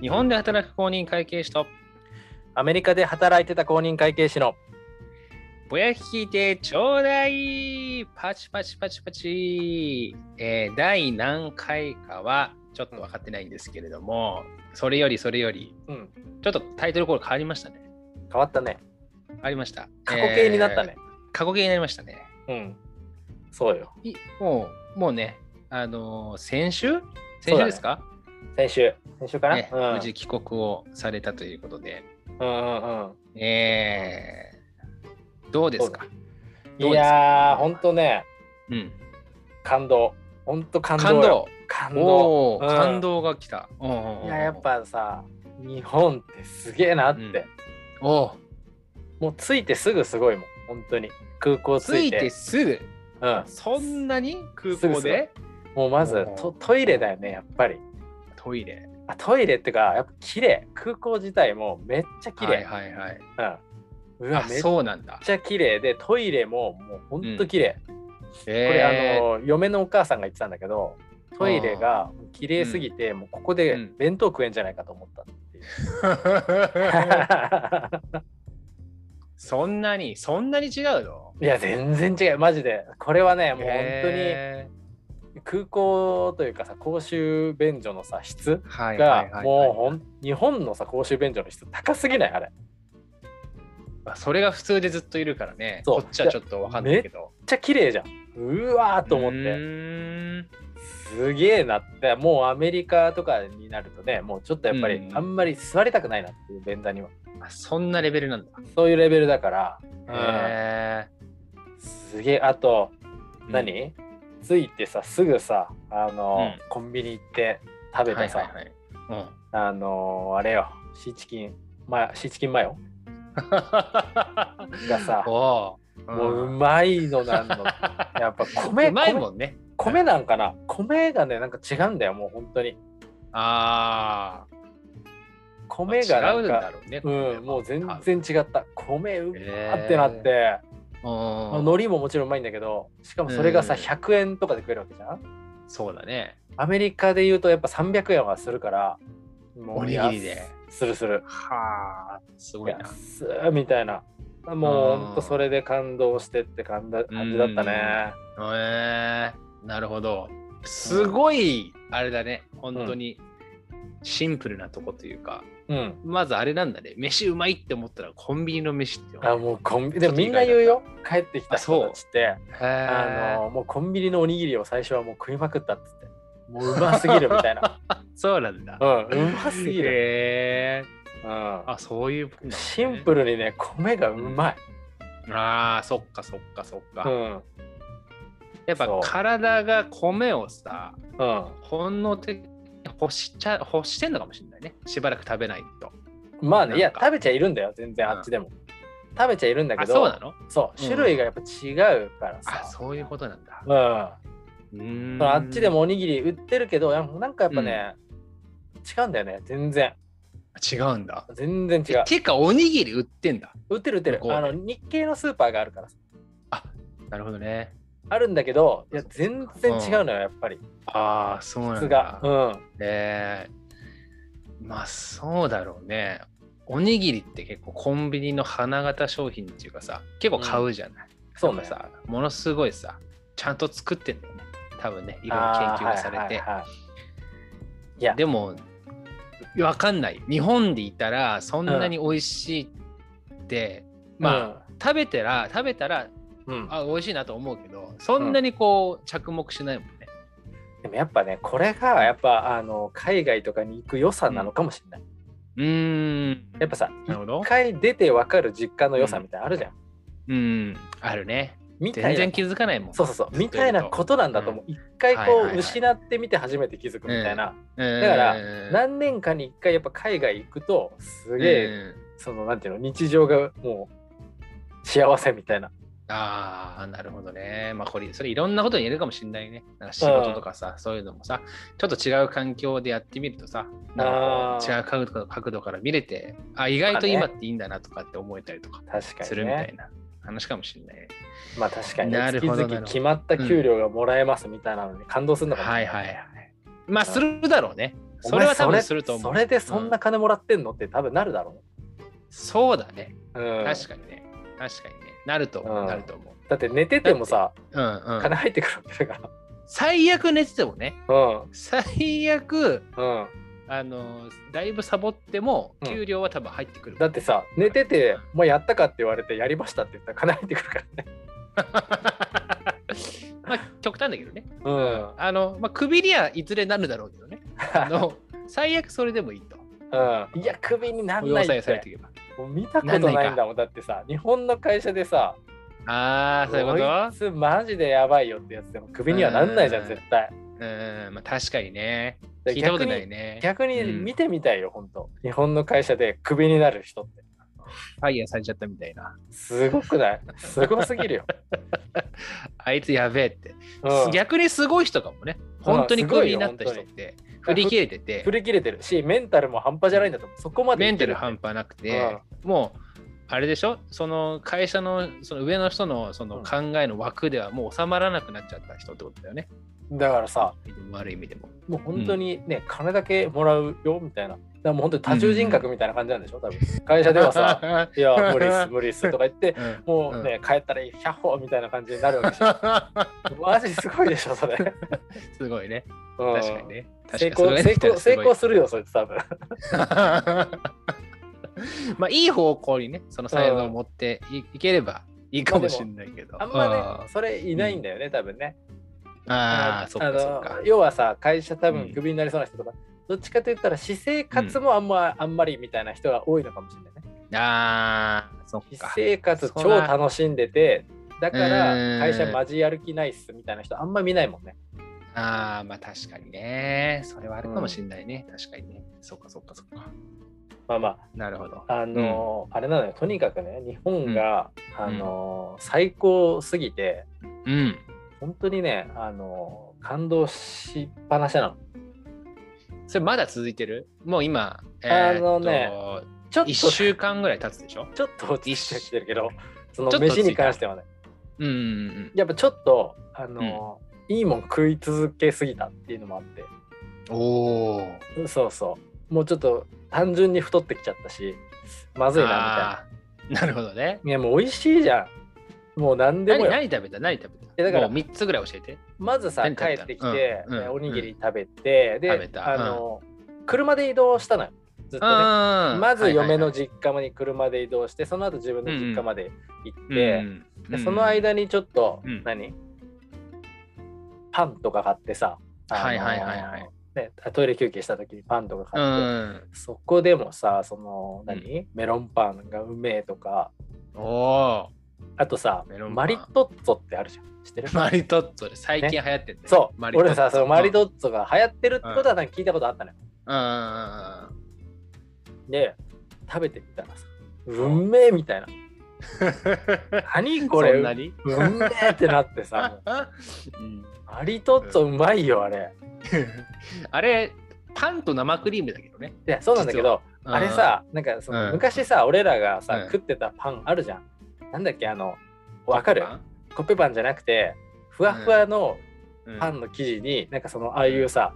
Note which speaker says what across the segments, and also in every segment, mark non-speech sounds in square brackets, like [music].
Speaker 1: 日本で働く公認会計士と
Speaker 2: アメリカで働いてた公認会計士の
Speaker 1: ぼやき聞いてちょうだいパチパチパチパチ、えー第何回かはちょっと分かってないんですけれども、それよりそれより
Speaker 2: うん
Speaker 1: ちょっとタイトルコール変わりましたね
Speaker 2: 変わったね
Speaker 1: 変わりました
Speaker 2: 過去形になったね、
Speaker 1: えー過去形になりましたね
Speaker 2: うんそうよ
Speaker 1: いもうもうねあのー先週先週ですか、
Speaker 2: 先週先週かな、
Speaker 1: ね
Speaker 2: うん、
Speaker 1: 無事帰国をされたということで
Speaker 2: うんうんうん
Speaker 1: えーどうですかどう
Speaker 2: い
Speaker 1: ですか
Speaker 2: やーほんとね
Speaker 1: うん
Speaker 2: 感動ほんと感動
Speaker 1: 感
Speaker 2: よ
Speaker 1: 動
Speaker 2: 感動
Speaker 1: おお、
Speaker 2: うん
Speaker 1: 感動が来た。うんうんうん
Speaker 2: いややっぱさ日本ってすげえなって、
Speaker 1: うんおー
Speaker 2: もうついてすぐすごいもん本当に空港
Speaker 1: つ
Speaker 2: つい
Speaker 1: い
Speaker 2: て
Speaker 1: てすぐ
Speaker 2: うん、
Speaker 1: そんなに空
Speaker 2: すぐ
Speaker 1: 港で
Speaker 2: もうまず
Speaker 1: うん
Speaker 2: トトイレだよねやっぱり
Speaker 1: トイレ
Speaker 2: あトイレってかやっぱ綺麗空港自体もめっちゃ綺
Speaker 1: はい
Speaker 2: 麗、
Speaker 1: はいはい
Speaker 2: うんう
Speaker 1: あ
Speaker 2: わめっち
Speaker 1: そうなんだ
Speaker 2: ゃ綺麗でトイレももうほんと綺麗、これあ
Speaker 1: え
Speaker 2: の嫁のお母さんが言ってたんだけどトイレが綺麗すぎて、もうここ
Speaker 1: う
Speaker 2: で
Speaker 1: ん
Speaker 2: 弁当食えんじゃないかと思った [laughs] っていう、
Speaker 1: ーそんなにそんなに違うの
Speaker 2: いや全然違うマジでこれはねもう本
Speaker 1: え
Speaker 2: 当に空港というかさ公衆便所のさ質
Speaker 1: ーはいはいはいは
Speaker 2: が
Speaker 1: い
Speaker 2: もうほん日本のさ公衆便所の質高すぎないあれ
Speaker 1: まあそれが普通でずっといるからね
Speaker 2: そう
Speaker 1: こっちはちょっとわかんないけど
Speaker 2: めっちゃ綺麗じゃんうわーと思っ
Speaker 1: う
Speaker 2: て
Speaker 1: ーん
Speaker 2: すげえなってもうアメリカとかになるとねもうちょっとやっぱり
Speaker 1: うん
Speaker 2: あんまり座りたくないなっていう便座には
Speaker 1: あそんなレベルなんだ
Speaker 2: そういうレベルだから、
Speaker 1: へ
Speaker 2: すげえあと
Speaker 1: ーうん
Speaker 2: 何、ついてさすぐさあの、
Speaker 1: う
Speaker 2: コンビニ行って食べ
Speaker 1: は
Speaker 2: た
Speaker 1: い
Speaker 2: さ、
Speaker 1: はいはいうん
Speaker 2: あのあれよシーチキンまあシーチキンマヨがさ
Speaker 1: [laughs] おー
Speaker 2: もううんまいのな
Speaker 1: [laughs]
Speaker 2: んのやっぱ米
Speaker 1: うまい
Speaker 2: 米
Speaker 1: もんね。
Speaker 2: 米なんかな米がねなんか違うんだよもう本当に
Speaker 1: ああ、
Speaker 2: 米がな
Speaker 1: 違うんんだ
Speaker 2: か
Speaker 1: ろうね。
Speaker 2: うんもう全然違った米うまーってなって、
Speaker 1: 多
Speaker 2: まあ
Speaker 1: 分。う
Speaker 2: 海
Speaker 1: ん
Speaker 2: 苔ももちろんうまいんだけどしかもそれがさ
Speaker 1: うん
Speaker 2: 100円とかで食えるわけじゃん
Speaker 1: そうだね。
Speaker 2: アメリカで言うとやっぱ300円はするからもう
Speaker 1: おにぎりで。
Speaker 2: 安するする
Speaker 1: はあ、すごいな。
Speaker 2: 安っみたいなもう
Speaker 1: うん
Speaker 2: ほんとそれで感動してって感だ感じだったね
Speaker 1: えー、なるほど。すごい、あれだね。本当にシンプルなとこというか、
Speaker 2: うん
Speaker 1: まずあれなんだね。飯うまいって思ったらコンビニの飯って。
Speaker 2: あもうコンビでもみんな言うよ帰ってきた
Speaker 1: あそう
Speaker 2: 人たちってあ
Speaker 1: へー
Speaker 2: のもうコンビニのおにぎりを最初はもう食いまくったっつ
Speaker 1: [laughs]
Speaker 2: ってもううますぎるみたいな
Speaker 1: そうなんだ
Speaker 2: う。んうますぎる、
Speaker 1: へ
Speaker 2: うん
Speaker 1: ーあ、そういうことなんだね
Speaker 2: シンプルにね米がうまい、
Speaker 1: あーそっかそっかそっか、
Speaker 2: うん
Speaker 1: やっぱ
Speaker 2: そう
Speaker 1: 体が米をさ
Speaker 2: うん、
Speaker 1: 本能的に欲しちゃ欲してんのかもしれないねしばらく食べないと
Speaker 2: まあねいや
Speaker 1: なんか
Speaker 2: 食べちゃいるんだよ全然
Speaker 1: うん
Speaker 2: あっちでも、食べちゃいるんだけ
Speaker 1: あ
Speaker 2: ど
Speaker 1: そうなの
Speaker 2: そう
Speaker 1: うん
Speaker 2: 種類がやっぱ違うからさ
Speaker 1: あ、そういうことなんだ
Speaker 2: うん、
Speaker 1: うーん
Speaker 2: あっちでもおにぎり売ってるけどやなんかやっぱね、違うんだよね全然
Speaker 1: 違うんだ
Speaker 2: 全然違う
Speaker 1: てかおにぎり売ってんだ
Speaker 2: 売ってる売ってる
Speaker 1: 向こう
Speaker 2: あの日系のスーパーがあるからさ
Speaker 1: なるほどね
Speaker 2: あるんだけどいや全然違うのよやっぱり
Speaker 1: ああそうな
Speaker 2: 質
Speaker 1: ん
Speaker 2: が
Speaker 1: だ
Speaker 2: うん
Speaker 1: えーまあそうだろうねおにぎりって結構コンビニの花形商品っていうかさ結構買うじゃない、
Speaker 2: そうね
Speaker 1: やっぱさものすごいさちゃんと作ってんだよね多分ねいろいろ研究がされて、
Speaker 2: あーはいはいはいいや
Speaker 1: でもわかんない日本でいたらそんなに美味しいって、まあ、食べてら食べたら
Speaker 2: うん、うん
Speaker 1: あ美味しいなと思うけどそんなにこう着目しないもんね、
Speaker 2: でもやっぱねこれがやっぱあの海外とかに行く良さなのかもしれない、
Speaker 1: うーん
Speaker 2: やっぱさ
Speaker 1: なるほど
Speaker 2: 一回出て分かる実家の良さみたいなのあるじゃん、
Speaker 1: うんあるね
Speaker 2: みたい
Speaker 1: 全
Speaker 2: な
Speaker 1: 然気づかないもん
Speaker 2: そうそうそうみたいなことなんだと思う一、回こ、
Speaker 1: はいうはいはい
Speaker 2: 失ってみて初めて気づくみたいな、
Speaker 1: だ
Speaker 2: だから何年かに一回やっぱ海外行くとすげえ、そのなんていうの日常がもう幸せみたいな
Speaker 1: ああ、なるほどね。まあ、これ、それいろんなことに言えるかもしれないね。なんか仕事とかさ、そういうのもさ、ちょっと違う環境でやってみるとさ、なんかこう
Speaker 2: あー
Speaker 1: 違う角度角度から見れて、あ、意外と今っていいんだなとかって思えたりとか
Speaker 2: 確か
Speaker 1: す
Speaker 2: に
Speaker 1: るみた
Speaker 2: ね
Speaker 1: いな話かもしれないね。
Speaker 2: まあ確かに、ね、
Speaker 1: なる
Speaker 2: 月
Speaker 1: ほどなるほど
Speaker 2: 々決まった給料がもらえますみたいなのに感動するのかもし
Speaker 1: は
Speaker 2: れ
Speaker 1: い
Speaker 2: ない、
Speaker 1: はいはい。まあ、するだろうね。
Speaker 2: お
Speaker 1: そ
Speaker 2: 前
Speaker 1: れは多分すると思う。
Speaker 2: それでそんな
Speaker 1: う
Speaker 2: 金もらってんのって多分なるだろ
Speaker 1: そうだね。
Speaker 2: う、うん、
Speaker 1: 確かにね。確かにね。なると思
Speaker 2: う
Speaker 1: う。
Speaker 2: ん
Speaker 1: なると思う。
Speaker 2: だって寝ててもさ
Speaker 1: うんうん。
Speaker 2: 金入ってくるわけだか
Speaker 1: 最悪寝ててもね。
Speaker 2: ら
Speaker 1: 最悪、
Speaker 2: うんうん
Speaker 1: あの、だいぶサボっても、
Speaker 2: うん
Speaker 1: 給料は多分入ってくる。
Speaker 2: だってさ寝てて「もうやったか?」って言われて「やりました」って言ったら金入ってくるからね
Speaker 1: [laughs] まあ、極端だけどね。
Speaker 2: うん
Speaker 1: あの、まあ、クビにはいずれなるだろうけどね。あの、最悪それでもいいと。
Speaker 2: [laughs] うんいやクビになん
Speaker 1: 雇
Speaker 2: な
Speaker 1: 用
Speaker 2: い
Speaker 1: さえ
Speaker 2: っ
Speaker 1: されて
Speaker 2: て
Speaker 1: いけば。
Speaker 2: もう見たことないんだもんだってさ日本の会社でさ
Speaker 1: ああ、そういうこ
Speaker 2: いつマジでやばいよってやつでもクビにはなんないじゃ
Speaker 1: うん
Speaker 2: ん絶対
Speaker 1: とうん、まあ、確かにね。
Speaker 2: で
Speaker 1: 聞いたこと
Speaker 2: 逆に
Speaker 1: ないね。
Speaker 2: 逆に
Speaker 1: うん
Speaker 2: 見てみたいよ、本当日本の会社でクビになる人って
Speaker 1: ファイヤーされちゃったみたいな。
Speaker 2: すごくないすごすぎるよ、
Speaker 1: あいつやべえって。
Speaker 2: うん、
Speaker 1: 逆にすごい人かもね。本当にクビになった人って、振り切れてて
Speaker 2: 振、り切れてるしメンタルも半端じゃないんだと思うそこまで
Speaker 1: メ
Speaker 2: い
Speaker 1: ン
Speaker 2: け
Speaker 1: タ
Speaker 2: る
Speaker 1: ル半端なくて、もう、あれでしょその会社のその上の人のその
Speaker 2: うん
Speaker 1: 考えの枠ではもう収まらなくなっちゃった人ってことだよね。
Speaker 2: だからさ
Speaker 1: 悪い意味でも。
Speaker 2: もう本当にね、金だけもらうよみたいなだからもう本当に多重人格みたいな感じなんでしょ多分会社で
Speaker 1: [laughs]
Speaker 2: はさ「いや無理っす無理っす」とか言って
Speaker 1: うん
Speaker 2: もうね、帰ったら「百歩」みたいな感じになるわけでし
Speaker 1: [laughs]
Speaker 2: ょマジすごいでしょそれ、うん
Speaker 1: すごいね。確かにね。
Speaker 2: 成
Speaker 1: 確か
Speaker 2: 功成功成功
Speaker 1: す
Speaker 2: するよそれって
Speaker 1: [laughs]
Speaker 2: 多
Speaker 1: ご
Speaker 2: 分
Speaker 1: い [laughs] まあいい方向にね、その才能を持ってい,、ければいいかもしれないけど。
Speaker 2: あんまね、それいないんだよね、多分ね。
Speaker 1: あーあー、そっ
Speaker 2: の
Speaker 1: かそっか。
Speaker 2: 要はさ、会社多
Speaker 1: うん
Speaker 2: 分クビになりそうな人とか、どっちかと言ったら、私生活もあんま、あんまりみたいな人が多いのかもしれないね。
Speaker 1: ああ、そっ
Speaker 2: 私
Speaker 1: か。
Speaker 2: 生活
Speaker 1: そ
Speaker 2: 超
Speaker 1: ら
Speaker 2: 楽しんでて、だか
Speaker 1: う
Speaker 2: ら
Speaker 1: ん
Speaker 2: 会社マジやる気ないっすみたいな人あんま見ないもんね。
Speaker 1: ああ、まあ確かにね。それはあるかもしれないね。確かにね。そっかそっかそっか。
Speaker 2: まあま
Speaker 1: なるほど。
Speaker 2: あ、あのーあれなのよ、とにかくね、日本が、あのー最高すぎて、
Speaker 1: うん。
Speaker 2: 本当にね、あのー感動しっぱなしなの。
Speaker 1: それまだ続いてるもう今、え
Speaker 2: あのね
Speaker 1: ーっと、
Speaker 2: ちょっと、
Speaker 1: 1
Speaker 2: ち
Speaker 1: 週間ぐらい経つでしょ
Speaker 2: ょっと落ちてきてるけど、その
Speaker 1: ちょっと落ち着い
Speaker 2: 飯
Speaker 1: た
Speaker 2: に関してはね。
Speaker 1: うんうんうん。
Speaker 2: やっぱちょっとあの、いいもん食い続けすぎたっていうのもあって
Speaker 1: おお。
Speaker 2: うんそうそうもうちょっと単純に太ってきちゃったしまずいなみ
Speaker 1: あーなるほどね。
Speaker 2: たいないやもう美味しいじゃんもう何でも
Speaker 1: 何
Speaker 2: よ
Speaker 1: 何食べた何食べた
Speaker 2: やだから
Speaker 1: もう3つぐらい教えて。
Speaker 2: まずさ
Speaker 1: 何
Speaker 2: 帰
Speaker 1: 食べた
Speaker 2: っ
Speaker 1: の
Speaker 2: てきて、
Speaker 1: うんうん
Speaker 2: おにぎり食べて、
Speaker 1: 食べ
Speaker 2: で
Speaker 1: た
Speaker 2: あの、車で移動したのよずっとね
Speaker 1: あ
Speaker 2: まず嫁の実家に車で移動して、その後自分の実家まで行って、でその間にちょっと、
Speaker 1: うん
Speaker 2: 何パンとか買ってさ、あのー
Speaker 1: はいはいはいはい
Speaker 2: ね、トイレ休憩した時にパンとか
Speaker 1: う
Speaker 2: 買って、
Speaker 1: ん。
Speaker 2: そこでもさその何、メロンパンがうめえとか
Speaker 1: おお
Speaker 2: あとさ
Speaker 1: メロンパン
Speaker 2: マリトッツォってあるじゃん知ってる
Speaker 1: ー。マリトッツォで最近流行ってる、ね
Speaker 2: そう
Speaker 1: マリトッツォ
Speaker 2: 俺さそのマリトッツォが流行ってるってことはなんか聞いたことあったのよ、
Speaker 1: うんうん
Speaker 2: で食べてみたらさうめえみたいな
Speaker 1: うん
Speaker 2: 何
Speaker 1: うん。
Speaker 2: これ
Speaker 1: そん
Speaker 2: う
Speaker 1: な
Speaker 2: め
Speaker 1: に
Speaker 2: えってなっ
Speaker 1: [laughs]
Speaker 2: てさ
Speaker 1: うん
Speaker 2: マリトッツォうまいよあれ
Speaker 1: あれ、パンと生クリームだけどね。
Speaker 2: いやそうなんだけどあれさ、なんかそ
Speaker 1: うん
Speaker 2: の昔さ、俺らがさ、
Speaker 1: うん
Speaker 2: 食ってたパンあるじゃん。なんだっけ、あの、
Speaker 1: うん、
Speaker 2: わかる
Speaker 1: コッペ
Speaker 2: コッペパンじゃなくて、ふわふわの
Speaker 1: パンうん
Speaker 2: パンの生地に、なんかその、ああいうさ、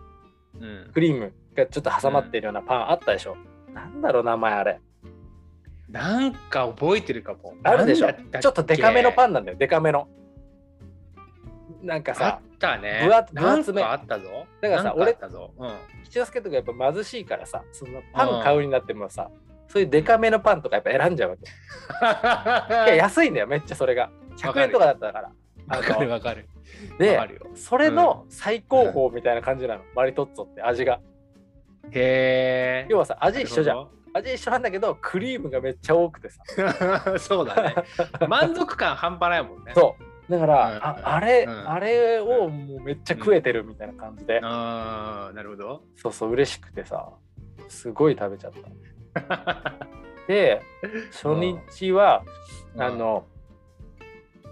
Speaker 1: うん
Speaker 2: クリームがちょっと挟まってるようなパンあったでしょ。なんだろう、名前あれ。
Speaker 1: なんか覚えてるかも。
Speaker 2: あるでしょ。
Speaker 1: なんだたっけ
Speaker 2: ちょっとデカめのパンなんだよ、デカめの。なんか
Speaker 1: あ
Speaker 2: さ、
Speaker 1: ったね。
Speaker 2: 分厚分厚め
Speaker 1: なんかあったぞ。
Speaker 2: だから
Speaker 1: な
Speaker 2: さ
Speaker 1: んあったぞ。うん。
Speaker 2: 七之助とかやっぱ貧しいからさ、そのパン買うになってもさ、そういうデカめのパンとかやっぱ選んじゃうわけ。いや、安いんだよ、めっちゃそれが。
Speaker 1: わか
Speaker 2: 100
Speaker 1: る
Speaker 2: 円とかだったから。
Speaker 1: [laughs]
Speaker 2: あ
Speaker 1: わ
Speaker 2: の
Speaker 1: かるわかる。
Speaker 2: で
Speaker 1: わかるよ。
Speaker 2: それの最高峰みたいな感じなの、マリトッツォって味が
Speaker 1: へえ。
Speaker 2: 要はさ味
Speaker 1: なる
Speaker 2: 一
Speaker 1: ほど
Speaker 2: 緒じゃん。味一緒なんだけどクリームがめっちゃ多くてさ
Speaker 1: [laughs] そうだ
Speaker 2: [laughs]
Speaker 1: ね。満足感半端ないもんね。
Speaker 2: そうだから、
Speaker 1: うん
Speaker 2: ああれ、
Speaker 1: うん
Speaker 2: あれをもうめっちゃ食えてるみたいな感じで、
Speaker 1: ああ、なるほ
Speaker 2: [laughs]
Speaker 1: ど。
Speaker 2: そうそう嬉しくてさすごい食べちゃったで初日は、あの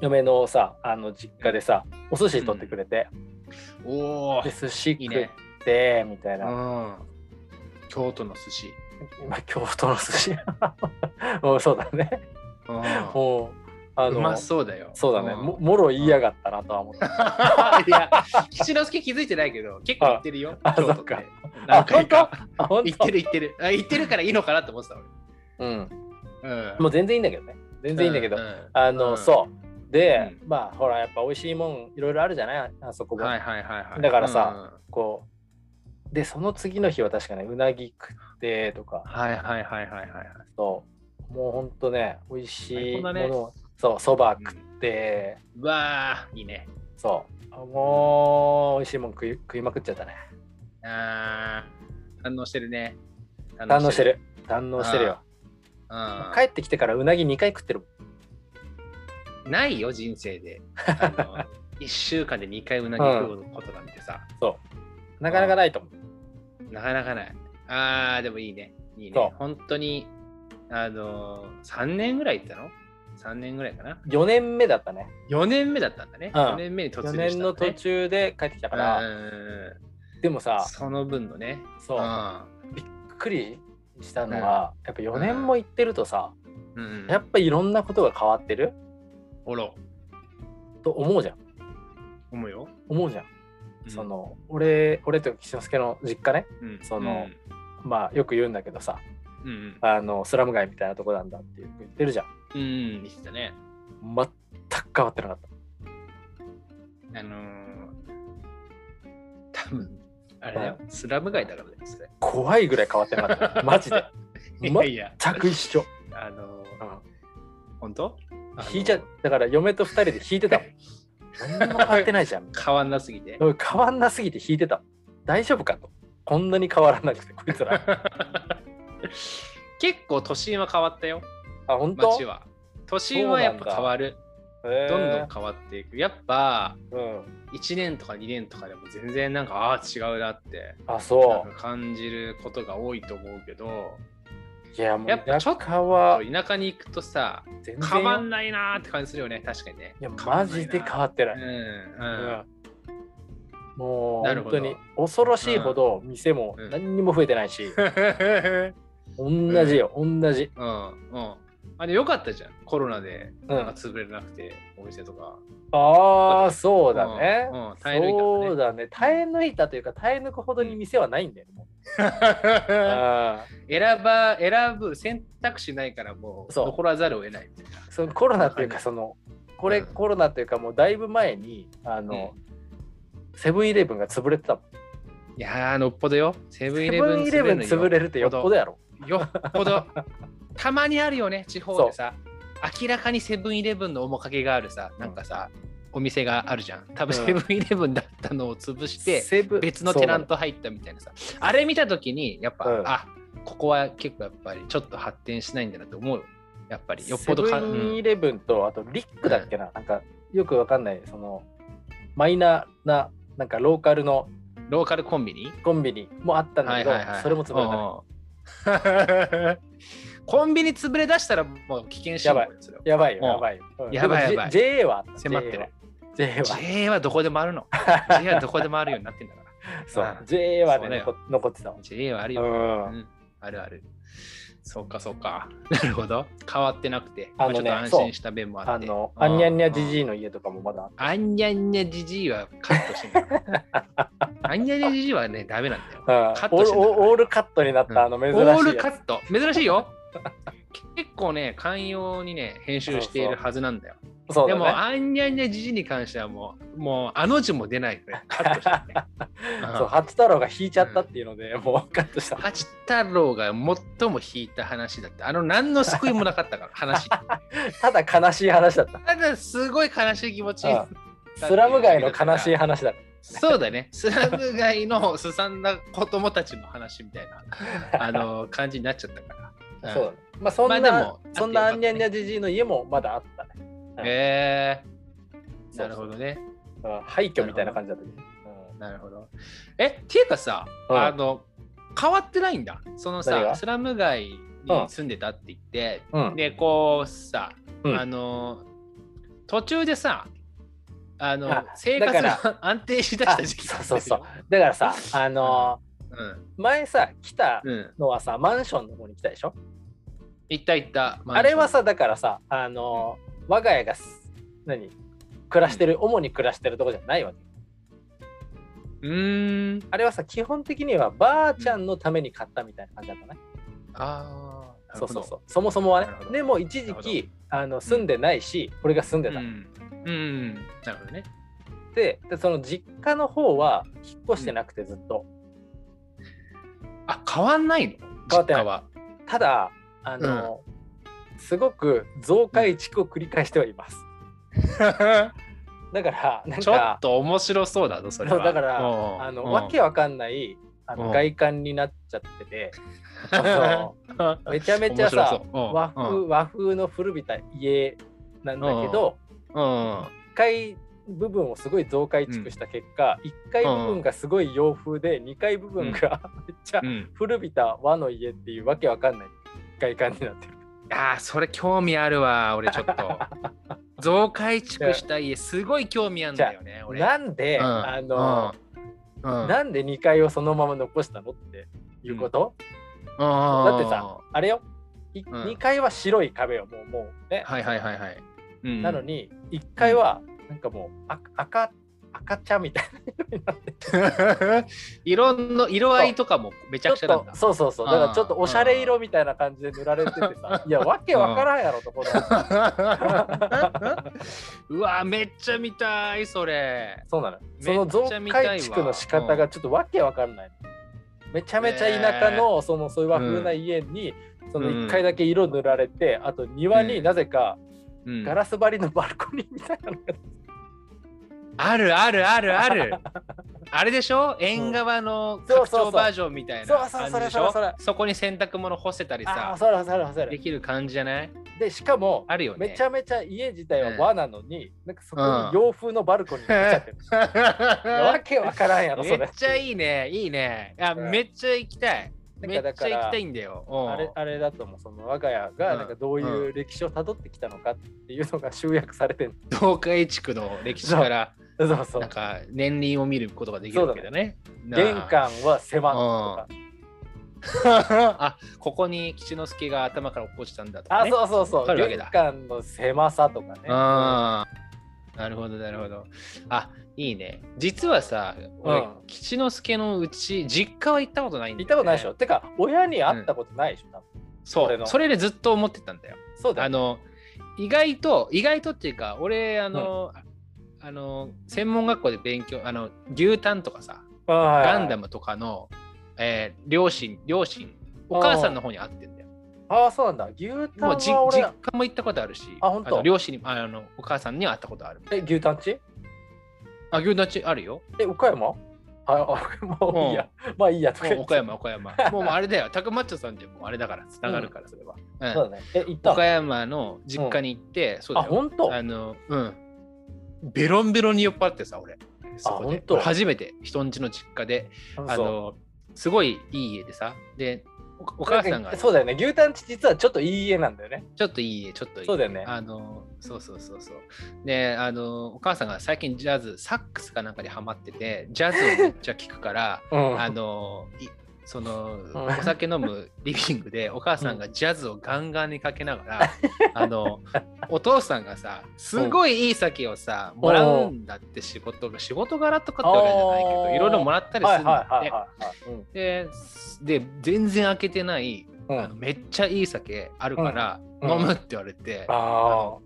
Speaker 2: 嫁のさあの実家でさお寿司取ってくれて、
Speaker 1: うん。おお
Speaker 2: で。寿司
Speaker 1: いい
Speaker 2: 食っ
Speaker 1: ね。
Speaker 2: てみたいうな、
Speaker 1: ん。京都の寿司。
Speaker 2: 今京都の寿司 [laughs] もうそうだね
Speaker 1: うん
Speaker 2: もうあ
Speaker 1: う
Speaker 2: の
Speaker 1: まそうだよ。
Speaker 2: そうだね、
Speaker 1: ん
Speaker 2: ももろ言いや
Speaker 1: [laughs]
Speaker 2: がったなとは思った。
Speaker 1: いや、吉之助気づいてないけど、結構言ってるよ。
Speaker 2: あ
Speaker 1: 京都
Speaker 2: そっか
Speaker 1: て何回か。
Speaker 2: あ本
Speaker 1: 言っ
Speaker 2: 当
Speaker 1: てる言ってる。あ言ってるからいいのかなと思ってた
Speaker 2: うん、
Speaker 1: 俺。うん。
Speaker 2: もう全然いいんだけどね全然いいんだけど、
Speaker 1: うう
Speaker 2: あの、
Speaker 1: うん
Speaker 2: そうで、
Speaker 1: う
Speaker 2: まあほらやっぱ美味しいもんいろいろあるじゃないあそこも、
Speaker 1: はいはいはいはい。
Speaker 2: だからさこうでその次の日は確かねうなぎ食ってとか
Speaker 1: うん、はいはいはいはいはいはい。
Speaker 2: そうもうほんとね美味し
Speaker 1: 最
Speaker 2: いも
Speaker 1: 高だ
Speaker 2: の、
Speaker 1: ね
Speaker 2: そうそば食って、
Speaker 1: うわあ、いいね。
Speaker 2: そうもう美味しいもん食い食いまくっちゃったね
Speaker 1: あー堪能してるね。
Speaker 2: 堪能して。る堪能してるよ
Speaker 1: うん、
Speaker 2: 帰ってきてからうなぎ2回食ってるもん
Speaker 1: ないよ、人生で。あ
Speaker 2: [laughs]
Speaker 1: の一週間で二回うなぎ食うことなんてさ、
Speaker 2: なかなかないと思う
Speaker 1: なかなかない。ああ、でもいいね。いい
Speaker 2: そ
Speaker 1: ね
Speaker 2: う。
Speaker 1: 本当に、あのー、3年ぐらい行ったの ?3 年ぐらいかな。
Speaker 2: 4年目だったね
Speaker 1: 4年目だったんだね。
Speaker 2: うん
Speaker 1: 4年目に突入した
Speaker 2: 4
Speaker 1: んだ、ね。
Speaker 2: 年の途中で帰ってきたか
Speaker 1: うん
Speaker 2: ら
Speaker 1: うんうん
Speaker 2: でもさ
Speaker 1: その分のね。
Speaker 2: そうびっくりしたのはやっぱ4
Speaker 1: うん
Speaker 2: 年も行ってるとさ
Speaker 1: うん。うん、
Speaker 2: やっぱいろんなことが変わってる
Speaker 1: おろ、
Speaker 2: と思うじゃん
Speaker 1: 思うよ。
Speaker 2: 思うじゃん
Speaker 1: うん
Speaker 2: そ、の俺俺と岸之助の実家ね
Speaker 1: うん
Speaker 2: その、まあよく言うんだけどさ
Speaker 1: うんうん
Speaker 2: あのスラム街みたいなとこなんだって言ってるじゃん
Speaker 1: うん、うん、言ってたね。
Speaker 2: 全く変わってなかった
Speaker 1: あのー、多分あれだよ、スラム街だからね、それ。
Speaker 2: 怖いぐらい変わってなか
Speaker 1: [laughs]
Speaker 2: ったマジで
Speaker 1: いやいや、
Speaker 2: 全く一緒、
Speaker 1: あのー、
Speaker 2: う
Speaker 1: 本当
Speaker 2: ん、引いちゃ
Speaker 1: あのー
Speaker 2: だから嫁と二人で引いてた
Speaker 1: [laughs]
Speaker 2: もん何にも変わってないじゃんみたい
Speaker 1: 変わんなすぎて。
Speaker 2: な変わんなすぎて引いてた大丈夫かとこんなに変わらなくてこいつら
Speaker 1: 結構都心は変わったよ、
Speaker 2: あ本当
Speaker 1: 街は。都心はやっぱ変わる。
Speaker 2: へー
Speaker 1: どんどん変わっていく。やっぱ
Speaker 2: うん、
Speaker 1: 1年とか2年とかでも全然なんかああー違うなって
Speaker 2: あ
Speaker 1: な
Speaker 2: そ
Speaker 1: んか感じることが多いと思うけど、
Speaker 2: ういやもう
Speaker 1: やっぱちょっと
Speaker 2: 田舎は
Speaker 1: 田舎に行くとさ、
Speaker 2: 全然
Speaker 1: 変わん
Speaker 2: よ
Speaker 1: ないなーって感じするよね、確かにね。
Speaker 2: いやマジで変わってない、
Speaker 1: うん
Speaker 2: う
Speaker 1: うん
Speaker 2: んもう
Speaker 1: なるほ
Speaker 2: 本当
Speaker 1: ど
Speaker 2: に恐ろしいほど店も
Speaker 1: うん
Speaker 2: 何にも増えてないし、
Speaker 1: う
Speaker 2: 同じよ同じ、
Speaker 1: んうん。あれよかったじゃん。コロナで
Speaker 2: う
Speaker 1: なん
Speaker 2: ん
Speaker 1: か、潰れなくて、お店と
Speaker 2: [laughs]
Speaker 1: か。
Speaker 2: ああそうだね、
Speaker 1: うんうん耐え抜いたんだね
Speaker 2: そうだね耐え抜いたというか耐え抜くほどに店はないんだよ、ねもうあ
Speaker 1: 選ば選ぶ選択肢ないからもう
Speaker 2: そう
Speaker 1: 残らざるを得ないみたいな。
Speaker 2: ーそのコロナというかそのこれ、
Speaker 1: うん
Speaker 2: コロナというかもうだいぶ前にあの、セブンイレブンが潰れてたもん
Speaker 1: いやー、のっぽどよ。セ
Speaker 2: セ
Speaker 1: ブンイレブン
Speaker 2: ブンイレブン潰れるってよっぽどやろ
Speaker 1: よっぽ
Speaker 2: [laughs]
Speaker 1: ど。たまにあるよね、地方でさ。明らかにセブンイレブンの面影があるさ、なんかさ、お店があるじゃん。多分
Speaker 2: うん
Speaker 1: セブンイレブンだったのを潰
Speaker 2: [laughs]
Speaker 1: して、
Speaker 2: セブン
Speaker 1: 別のテナント入ったみたいなさあれ見た時にやっぱ、
Speaker 2: うん
Speaker 1: あここは結構やっぱりちょっと発展しないんだなって思うよやっぱりよ
Speaker 2: よ
Speaker 1: っ
Speaker 2: っ
Speaker 1: ぽ
Speaker 2: ぽ
Speaker 1: ど
Speaker 2: ど
Speaker 1: か
Speaker 2: セブンイレブンとあとリックだっけな、なんかよくわかんないそのマイナーななんかローカルの
Speaker 1: うんローカルコンビニ
Speaker 2: コンビニもあったんだけど、それも潰れたね
Speaker 1: た、うんうん [laughs] コンビニ潰れ出したらもう危険信号よそれは
Speaker 2: やばいよ、
Speaker 1: うん
Speaker 2: やばいよ。うん
Speaker 1: やばい
Speaker 2: でも
Speaker 1: やばい
Speaker 2: J- JA はあった
Speaker 1: 迫ってる。
Speaker 2: JA は。JA は
Speaker 1: JA はどこでもある
Speaker 2: [laughs]
Speaker 1: の JA はどこでもあるようになってんだから
Speaker 2: そう
Speaker 1: うん
Speaker 2: JA は
Speaker 1: そ
Speaker 2: ね
Speaker 1: うだよ
Speaker 2: 残残ってたわ。
Speaker 1: JA はあるよ、
Speaker 2: う。
Speaker 1: うんんあるあるそうかそうかなるほど変わってなくて、
Speaker 2: あのね
Speaker 1: ちょっと安心した面もあ
Speaker 2: あ
Speaker 1: って
Speaker 2: の、アンニャンニャ
Speaker 1: じ
Speaker 2: ジ
Speaker 1: じ
Speaker 2: ジイの家とかもまだあっ
Speaker 1: アンニャンニャジジイはカットして
Speaker 2: [laughs]
Speaker 1: ない。アンニャンニャジジイはね、ダメなんだよ。カ
Speaker 2: た。
Speaker 1: ッ
Speaker 2: うん、オ
Speaker 1: トして
Speaker 2: ー
Speaker 1: たから
Speaker 2: ルオールカットになっ
Speaker 1: うん
Speaker 2: た、あの珍しい
Speaker 1: オ
Speaker 2: やつ。
Speaker 1: ールカット。珍しいよ。結構ね、寛容にね、編集しているはずなんだよ。
Speaker 2: そう
Speaker 1: で
Speaker 2: だね
Speaker 1: も、アンニャンニャジジイに関してはもう、もう、あの字も出ない
Speaker 2: [laughs]
Speaker 1: くらいカットしてたね。うん
Speaker 2: そう、八太郎が引いちゃったっていうので、もうカットした。
Speaker 1: 八太郎が最も引いた話だって、あの、何の救いもなかった
Speaker 2: [laughs]
Speaker 1: から、話。
Speaker 2: ただ悲しい話だった。
Speaker 1: ただ、すごい悲しい気持ち。
Speaker 2: うんスラム街の悲しい話だっ
Speaker 1: そうだね。スラム街のすさんだ子供たちの話みたいな、あの、感じになっちゃったから。
Speaker 2: た。
Speaker 1: ん
Speaker 2: そうだね。まあそんな、
Speaker 1: まあでも
Speaker 2: そんなアンニャンニャジジイの家もまだあったね。うん
Speaker 1: へえ
Speaker 2: そう
Speaker 1: なるほどね。
Speaker 2: うん廃墟みたいな感じだったけど。うん
Speaker 1: なるほど。え、っていうかさ、
Speaker 2: うん
Speaker 1: あの、変わってないんだ。その
Speaker 2: 何
Speaker 1: さ、
Speaker 2: が
Speaker 1: スラム街に住んでたって言って、
Speaker 2: うん。
Speaker 1: で、こうさ、
Speaker 2: うん
Speaker 1: あの、途中でさ、あの
Speaker 2: あ
Speaker 1: 生活
Speaker 2: だ
Speaker 1: が安定しだした時期
Speaker 2: あそうそうだからさ、あの
Speaker 1: うん
Speaker 2: ー前さ、来た
Speaker 1: うん
Speaker 2: のはさマンションの方に来たでしょ
Speaker 1: 行った行った
Speaker 2: あれはさだからさあのー、我が家がす何暮らしてる、主に暮らしてるとこじゃないわけ
Speaker 1: うーん。
Speaker 2: あれはさ基本的にはばあちゃんのために買ったみたいな感じだったね、
Speaker 1: ああ。
Speaker 2: そうそうそうそもそもはね
Speaker 1: なるほど
Speaker 2: でも一時期あの住んでないし、俺が住んで
Speaker 1: う
Speaker 2: た、
Speaker 1: ん。うん。なるほどね。
Speaker 2: ででその実家の方は引っ越してなくてずっと、
Speaker 1: あ、変わんないの
Speaker 2: 変わってな
Speaker 1: 実家
Speaker 2: い
Speaker 1: は。
Speaker 2: ただあの、すごく増改築を繰り返してはいます、だからなんか
Speaker 1: ちょっと面白そうだぞ、それ
Speaker 2: そう
Speaker 1: は。
Speaker 2: だから
Speaker 1: うん
Speaker 2: あの、
Speaker 1: うん
Speaker 2: わけわかんないあ
Speaker 1: う
Speaker 2: の
Speaker 1: ん
Speaker 2: 外観になっちゃってて、その [laughs] めちゃめちゃ
Speaker 1: 面
Speaker 2: さ
Speaker 1: 白、そううん
Speaker 2: 和風、
Speaker 1: うん
Speaker 2: 和風の古びた家なんだけど、
Speaker 1: うん。
Speaker 2: 1階部分をすごい増改築した結果、1階部分がすごい洋風で2階部分が [laughs] めっちゃ
Speaker 1: うん、
Speaker 2: 古びた和の家っていうわけわかんない外観になってる。
Speaker 1: ああ、それ興味あるわ、俺ちょっと。
Speaker 2: [laughs]
Speaker 1: 増改築した家、すごい興味あるんだよね、俺。
Speaker 2: なんで、
Speaker 1: うん
Speaker 2: あの、
Speaker 1: うん、うん
Speaker 2: なんで2階をそのまま残したのっていうこと、だ
Speaker 1: だ
Speaker 2: ってさ、あれよ、い
Speaker 1: うん
Speaker 2: 2階は白い壁をもうもうね、
Speaker 1: はいはいはいはい。うん [laughs]
Speaker 2: なのに1階はなんかもう赤赤赤茶みたいな
Speaker 1: 色の色合いとかもめちゃく
Speaker 2: ち
Speaker 1: ち
Speaker 2: ょ
Speaker 1: ゃな
Speaker 2: っ
Speaker 1: ん
Speaker 2: と
Speaker 1: だ。
Speaker 2: そうそうそうだからちょっとおしゃれ
Speaker 1: う
Speaker 2: 色みたいな感じで塗られててさいやわけわからんやろところ
Speaker 1: [laughs] うわめっちゃ見たい [laughs] それ。
Speaker 2: そうなのよそ
Speaker 1: めっち
Speaker 2: の
Speaker 1: ゃ
Speaker 2: 増改築の仕方がちょっとわけわかんないのめちゃめちゃ田舎のそのそういう和風な家にその1階だけ色塗られてあと庭になぜか
Speaker 1: うん
Speaker 2: ガラス張りのバルコニーみたいなのが
Speaker 1: あるあるあるあ
Speaker 2: [laughs]
Speaker 1: る。あれでしょ縁側の
Speaker 2: そ
Speaker 1: 拡
Speaker 2: うそうそう
Speaker 1: 張バージョンみたいな
Speaker 2: そうそ
Speaker 1: 感
Speaker 2: う
Speaker 1: じ
Speaker 2: それ
Speaker 1: でし
Speaker 2: それ
Speaker 1: ょ
Speaker 2: それ
Speaker 1: そこに洗濯物干せたり
Speaker 2: ああ
Speaker 1: さ
Speaker 2: ーそれそれそ
Speaker 1: で
Speaker 2: れ
Speaker 1: きる感じじゃない
Speaker 2: でしかも
Speaker 1: あるよね。
Speaker 2: めちゃめちゃ家自体は和なのに、なんかそこ
Speaker 1: うん
Speaker 2: に洋風のバルコニーにな
Speaker 1: [laughs]
Speaker 2: っちゃってる。わけわからんやろ、そ
Speaker 1: め
Speaker 2: れ。
Speaker 1: っちゃいいね、いいね。あ、
Speaker 2: うん
Speaker 1: めっちゃ行きたい。め
Speaker 2: なんか
Speaker 1: っ
Speaker 2: だ
Speaker 1: ちゃ行
Speaker 2: か
Speaker 1: き
Speaker 2: ら
Speaker 1: たいんだよ。うん
Speaker 2: あれあれだともその我が家が
Speaker 1: うん
Speaker 2: なんかどういう歴史をたどってきたのかっていうの [laughs] が集約されてる、
Speaker 1: 東海地区の歴史から
Speaker 2: そうそう
Speaker 1: なんか年輪を見ることができるわけだね。なあ
Speaker 2: 玄関は狭くとか
Speaker 1: あここに吉之助が頭から落っこちたんだとか、
Speaker 2: あ
Speaker 1: ね。
Speaker 2: そうそうそ
Speaker 1: わか
Speaker 2: う
Speaker 1: るわけ
Speaker 2: 玄
Speaker 1: だ
Speaker 2: 関の狭さとかね
Speaker 1: あーなるほどなるほど。あいいね。実はさ、俺、
Speaker 2: うん
Speaker 1: 吉之助のうち実家は行ったことないんだよ、ね。
Speaker 2: 行ったことないでしょ、。てか親に会ったことないでしょ、多分
Speaker 1: そ
Speaker 2: 俺
Speaker 1: う。
Speaker 2: の
Speaker 1: それでずっと思ってたんだよ。
Speaker 2: そうだ
Speaker 1: あ
Speaker 2: よね
Speaker 1: の意外と意外とっていうか俺あの、ああの専門学校で勉強あの牛タンとかさガンダ
Speaker 2: ム
Speaker 1: ムとかの、えー両親両親お母さんの方に会ってんだよ
Speaker 2: ああそうなんだ牛タン
Speaker 1: もうじ
Speaker 2: は
Speaker 1: 実
Speaker 2: 俺
Speaker 1: 家も行ったことあるし
Speaker 2: あ本当
Speaker 1: と両親にああのお母さんには会ったことある
Speaker 2: え牛タンち
Speaker 1: あ牛タンちある
Speaker 2: [laughs]
Speaker 1: よ
Speaker 2: え岡山ああもういいや、まあいいやとか
Speaker 1: も
Speaker 2: 言
Speaker 1: う
Speaker 2: って
Speaker 1: 岡山岡
Speaker 2: [laughs]
Speaker 1: 山もうもうあれだよたくまっちょさんでもうあれだからつながるからそれは、うん
Speaker 2: そうだねえ行ったの
Speaker 1: 岡山の実家に行って、そう
Speaker 2: あ
Speaker 1: だよ
Speaker 2: 本当
Speaker 1: あの、うん。ベロンベロンに酔っ払ってさ、俺。そこ
Speaker 2: ほん
Speaker 1: で
Speaker 2: と
Speaker 1: 俺初めて人んちの実家で、あの、すごいいい家でさ、で、おお母さんが
Speaker 2: なかそうだよね牛タンち実はちょっといい家なんだよね
Speaker 1: ちょっといい家、ちょっといい
Speaker 2: そう
Speaker 1: 家。
Speaker 2: だよね
Speaker 1: あの、そうそうそうそう。で、あの、お母さんが最近ジャズ、サックスかなんかにハマってて、ジャズをめっちゃ聞くから、
Speaker 2: うん
Speaker 1: あ
Speaker 2: [laughs]
Speaker 1: の、いその
Speaker 2: ん
Speaker 1: お酒飲むリビングでお母さんがジャズをガンガンにかけなが
Speaker 2: [laughs]
Speaker 1: ら、あのお父さんがさすごいいい酒をさもらうんだって仕事が仕事柄とかってわけじゃないけ
Speaker 2: お
Speaker 1: ど
Speaker 2: ー
Speaker 1: いろいろもらったりす
Speaker 2: は
Speaker 1: る
Speaker 2: い
Speaker 1: ん
Speaker 2: は
Speaker 1: だ
Speaker 2: いは
Speaker 1: っ
Speaker 2: い
Speaker 1: て。
Speaker 2: はいはいうん
Speaker 1: ですで全然開けてない、
Speaker 2: うん
Speaker 1: あのめっちゃいい酒あるから、
Speaker 2: うん
Speaker 1: 飲むって言われて、
Speaker 2: あ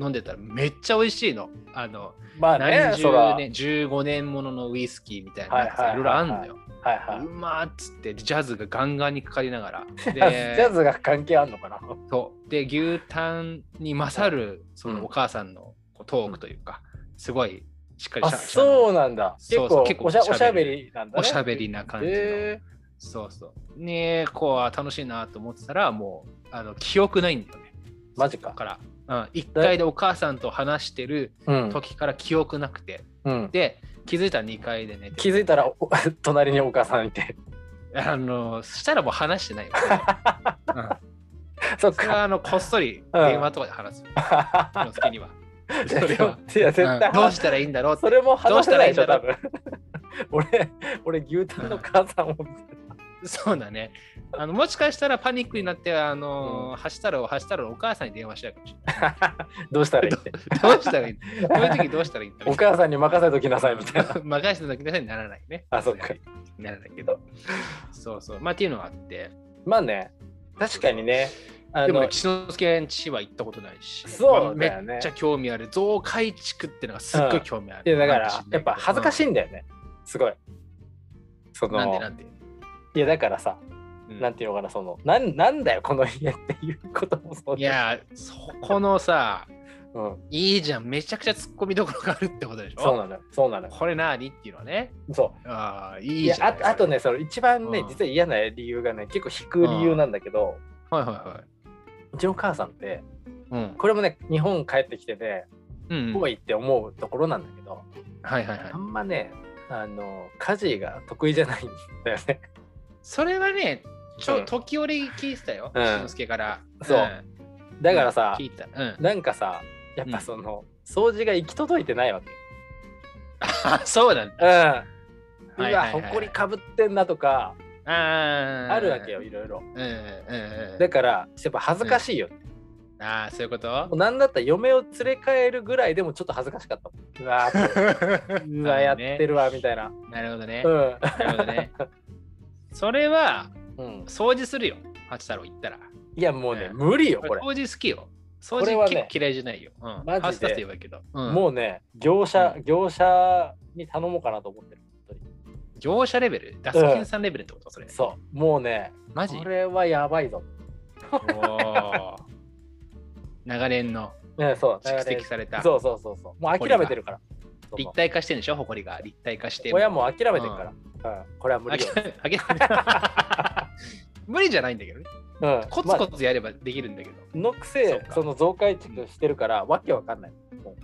Speaker 1: 飲んでたらめっちゃ美味しいの。あの
Speaker 2: ーまあね
Speaker 1: 何十
Speaker 2: そら
Speaker 1: 年15年もののウイスキーみたいな
Speaker 2: はい
Speaker 1: や
Speaker 2: はい
Speaker 1: つ
Speaker 2: はいはい
Speaker 1: いろいろあんのよ。
Speaker 2: はいは
Speaker 1: う
Speaker 2: い
Speaker 1: まーっつってジャズがガンガンにかかりなが
Speaker 2: [laughs]
Speaker 1: ら
Speaker 2: ジャズジャ
Speaker 1: で
Speaker 2: ズが関係あんのかな
Speaker 1: そうで牛タンに勝るそ
Speaker 2: うん
Speaker 1: のお母さんのこうトークというかすごいしっかり
Speaker 2: あ
Speaker 1: しゃ
Speaker 2: そうなんだ結
Speaker 1: そうそう
Speaker 2: 構
Speaker 1: 結構
Speaker 2: おしゃお
Speaker 1: お
Speaker 2: し
Speaker 1: し
Speaker 2: ゃ
Speaker 1: ゃ
Speaker 2: べ
Speaker 1: べ
Speaker 2: りなんだね
Speaker 1: おしゃべりな感じの、
Speaker 2: へ
Speaker 1: そうそうねえこうあ楽しいなと思ってたらもうあの記憶ないんだよね
Speaker 2: マジか
Speaker 1: だから、うん、1階でお母さんと話してる
Speaker 2: ーうん
Speaker 1: 時から記憶なくて
Speaker 2: うん
Speaker 1: で気づいたら2階で寝て
Speaker 2: 気づいたらお [laughs] 隣にお母さんいて [laughs]
Speaker 1: あのそしたらもう話してないよ、
Speaker 2: [laughs]
Speaker 1: うん
Speaker 2: そっ
Speaker 1: それ
Speaker 2: か
Speaker 1: はあのこっそり電話とかで話すよ、好きには。それは、
Speaker 2: [laughs] い [laughs] や絶
Speaker 1: う
Speaker 2: 対
Speaker 1: んどうしたらいいんだろうって
Speaker 2: それも話せないでしょ
Speaker 1: ど
Speaker 2: 多
Speaker 1: うした
Speaker 2: [laughs] 分俺俺牛タンの母さんを
Speaker 1: そうだね。あのもしかしたらパニックになって、あのー走ったろう、走ったろう、お母さんに電話したいかもしれない。
Speaker 2: どうしたらいいって。
Speaker 1: どうした
Speaker 2: [laughs]
Speaker 1: らいいこういう時どうしたらいいんだ
Speaker 2: お母さんに任せときなさいみたいな。
Speaker 1: な。 [laughs] 任せてきなさいにならないね。
Speaker 2: あそっか。
Speaker 1: ならないけど。そうそう。まあっていうのがあって。
Speaker 2: まあね、確かにね。あ
Speaker 1: でも
Speaker 2: の
Speaker 1: ね、岸之助んちは行ったことないし。
Speaker 2: そうだよね
Speaker 1: まあめっちゃ興味ある。増改築ってのがすっごい興味ある。
Speaker 2: いやだか
Speaker 1: なん
Speaker 2: ら
Speaker 1: 知んない
Speaker 2: やっ
Speaker 1: けど
Speaker 2: ぱ恥ずかしいんだよね。すごい。そ
Speaker 1: うんなんでな
Speaker 2: の
Speaker 1: んで。
Speaker 2: いやだからさ、
Speaker 1: うん
Speaker 2: なんていうのかなそのなんなんだよこの家っていうこともそうだ
Speaker 1: いや、そこのさ、
Speaker 2: うん、
Speaker 1: いいじゃん。めちゃくちゃツッコミどころがあるってことでしょ。
Speaker 2: そうなのよそうなのよ
Speaker 1: これ何っていうのはね。
Speaker 2: そ
Speaker 1: ああ、いうい
Speaker 2: い
Speaker 1: じ
Speaker 2: や
Speaker 1: ゃん。
Speaker 2: ああとねその一番ね、
Speaker 1: うん
Speaker 2: 実は嫌な理由がね結構引く理由なんだけど、
Speaker 1: はいは
Speaker 2: うちの母さんって
Speaker 1: いはい。
Speaker 2: これもね日本帰ってきてね
Speaker 1: うん。うん、
Speaker 2: 多いって思うところなんだけど、
Speaker 1: はいはいはい
Speaker 2: あ。んまねあの家事が得意じゃないんだよね。
Speaker 1: それはね、ちょ、
Speaker 2: うん
Speaker 1: 時折聞いてたよ、
Speaker 2: うん
Speaker 1: しのすけから。
Speaker 2: そうんだからさ、
Speaker 1: 聞いた。うん。 [laughs]
Speaker 2: なんかさやっぱその、掃除が行き届いてないわけ。
Speaker 1: あ、そうなんだ。
Speaker 2: うん。
Speaker 1: は
Speaker 2: う
Speaker 1: いは
Speaker 2: わ、
Speaker 1: いは
Speaker 2: ほ
Speaker 1: い
Speaker 2: こりかぶってんなとか、
Speaker 1: あー
Speaker 2: あるわけよ、。いろい
Speaker 1: う
Speaker 2: ろ。
Speaker 1: んうんうん
Speaker 2: だから、やっぱ恥ずかしいよ。
Speaker 1: うん。ああ、そういうこと
Speaker 2: もうなんだったら嫁を連れ帰るぐらいでもちょっと恥ずかしかったもん。うわー、
Speaker 1: [laughs]
Speaker 2: うわ、やって
Speaker 1: る。
Speaker 2: るわ、みたいな。
Speaker 1: なるほどね
Speaker 2: う。ん。
Speaker 1: なるほどね。それは、
Speaker 2: うん、
Speaker 1: 掃除するよ、八太郎行ったら。
Speaker 2: いや、もうね、
Speaker 1: うん
Speaker 2: 無理よ、こ
Speaker 1: 俺
Speaker 2: れ。
Speaker 1: 掃除好きよ。掃
Speaker 2: これ
Speaker 1: 除
Speaker 2: は
Speaker 1: 結
Speaker 2: ね
Speaker 1: 構嫌いじゃないよ。うん。
Speaker 2: マジで
Speaker 1: ハウスダスト言えばいいけど。うん
Speaker 2: もうね、業者、
Speaker 1: う
Speaker 2: 業者に頼もうかなと思ってる。
Speaker 1: 業者レベル、ダスキンさんレベルってことそれ。
Speaker 2: そう、もうね、
Speaker 1: マジ
Speaker 2: これはやばいぞ。
Speaker 1: おー [laughs] 長年の
Speaker 2: ね、そう、
Speaker 1: 蓄
Speaker 2: だからね
Speaker 1: 積された
Speaker 2: そうそうそうそう。もう諦めてるから。そ
Speaker 1: 立
Speaker 2: の
Speaker 1: 体化してるんでしょ埃が立体化して
Speaker 2: 親も諦めてるから。うん、これは無理よ。
Speaker 1: [laughs] 諦め諦め [laughs] 無理じゃないんだけどね
Speaker 2: うん、
Speaker 1: コツコツやればできるんだけど、
Speaker 2: のくせ
Speaker 1: そうか
Speaker 2: その増改築してるから、わけわかんないもう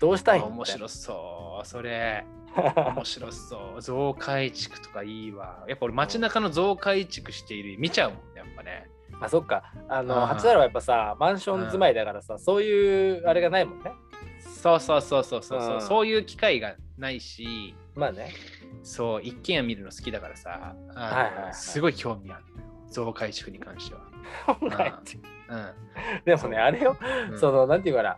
Speaker 2: どうしたいん
Speaker 1: 面白そうそれ
Speaker 2: みたいな [laughs]
Speaker 1: 面白そう増改築とかいいわやっぱ俺街中の増改築している見ちゃうもんやっぱね
Speaker 2: あそっかあ
Speaker 1: うん
Speaker 2: の八太郎はやっぱさマンション住まいだからさそういうあれがないもんね
Speaker 1: そうそうそうそうそうそう
Speaker 2: うん
Speaker 1: そういう機会がないし
Speaker 2: まあね
Speaker 1: そう一軒家見るの好きだからさあの
Speaker 2: はいはいはい
Speaker 1: すごい興味ある増改築に関しては、
Speaker 2: 本来
Speaker 1: うん
Speaker 2: [laughs] でもねあれよ、
Speaker 1: うん
Speaker 2: そのなんていうかな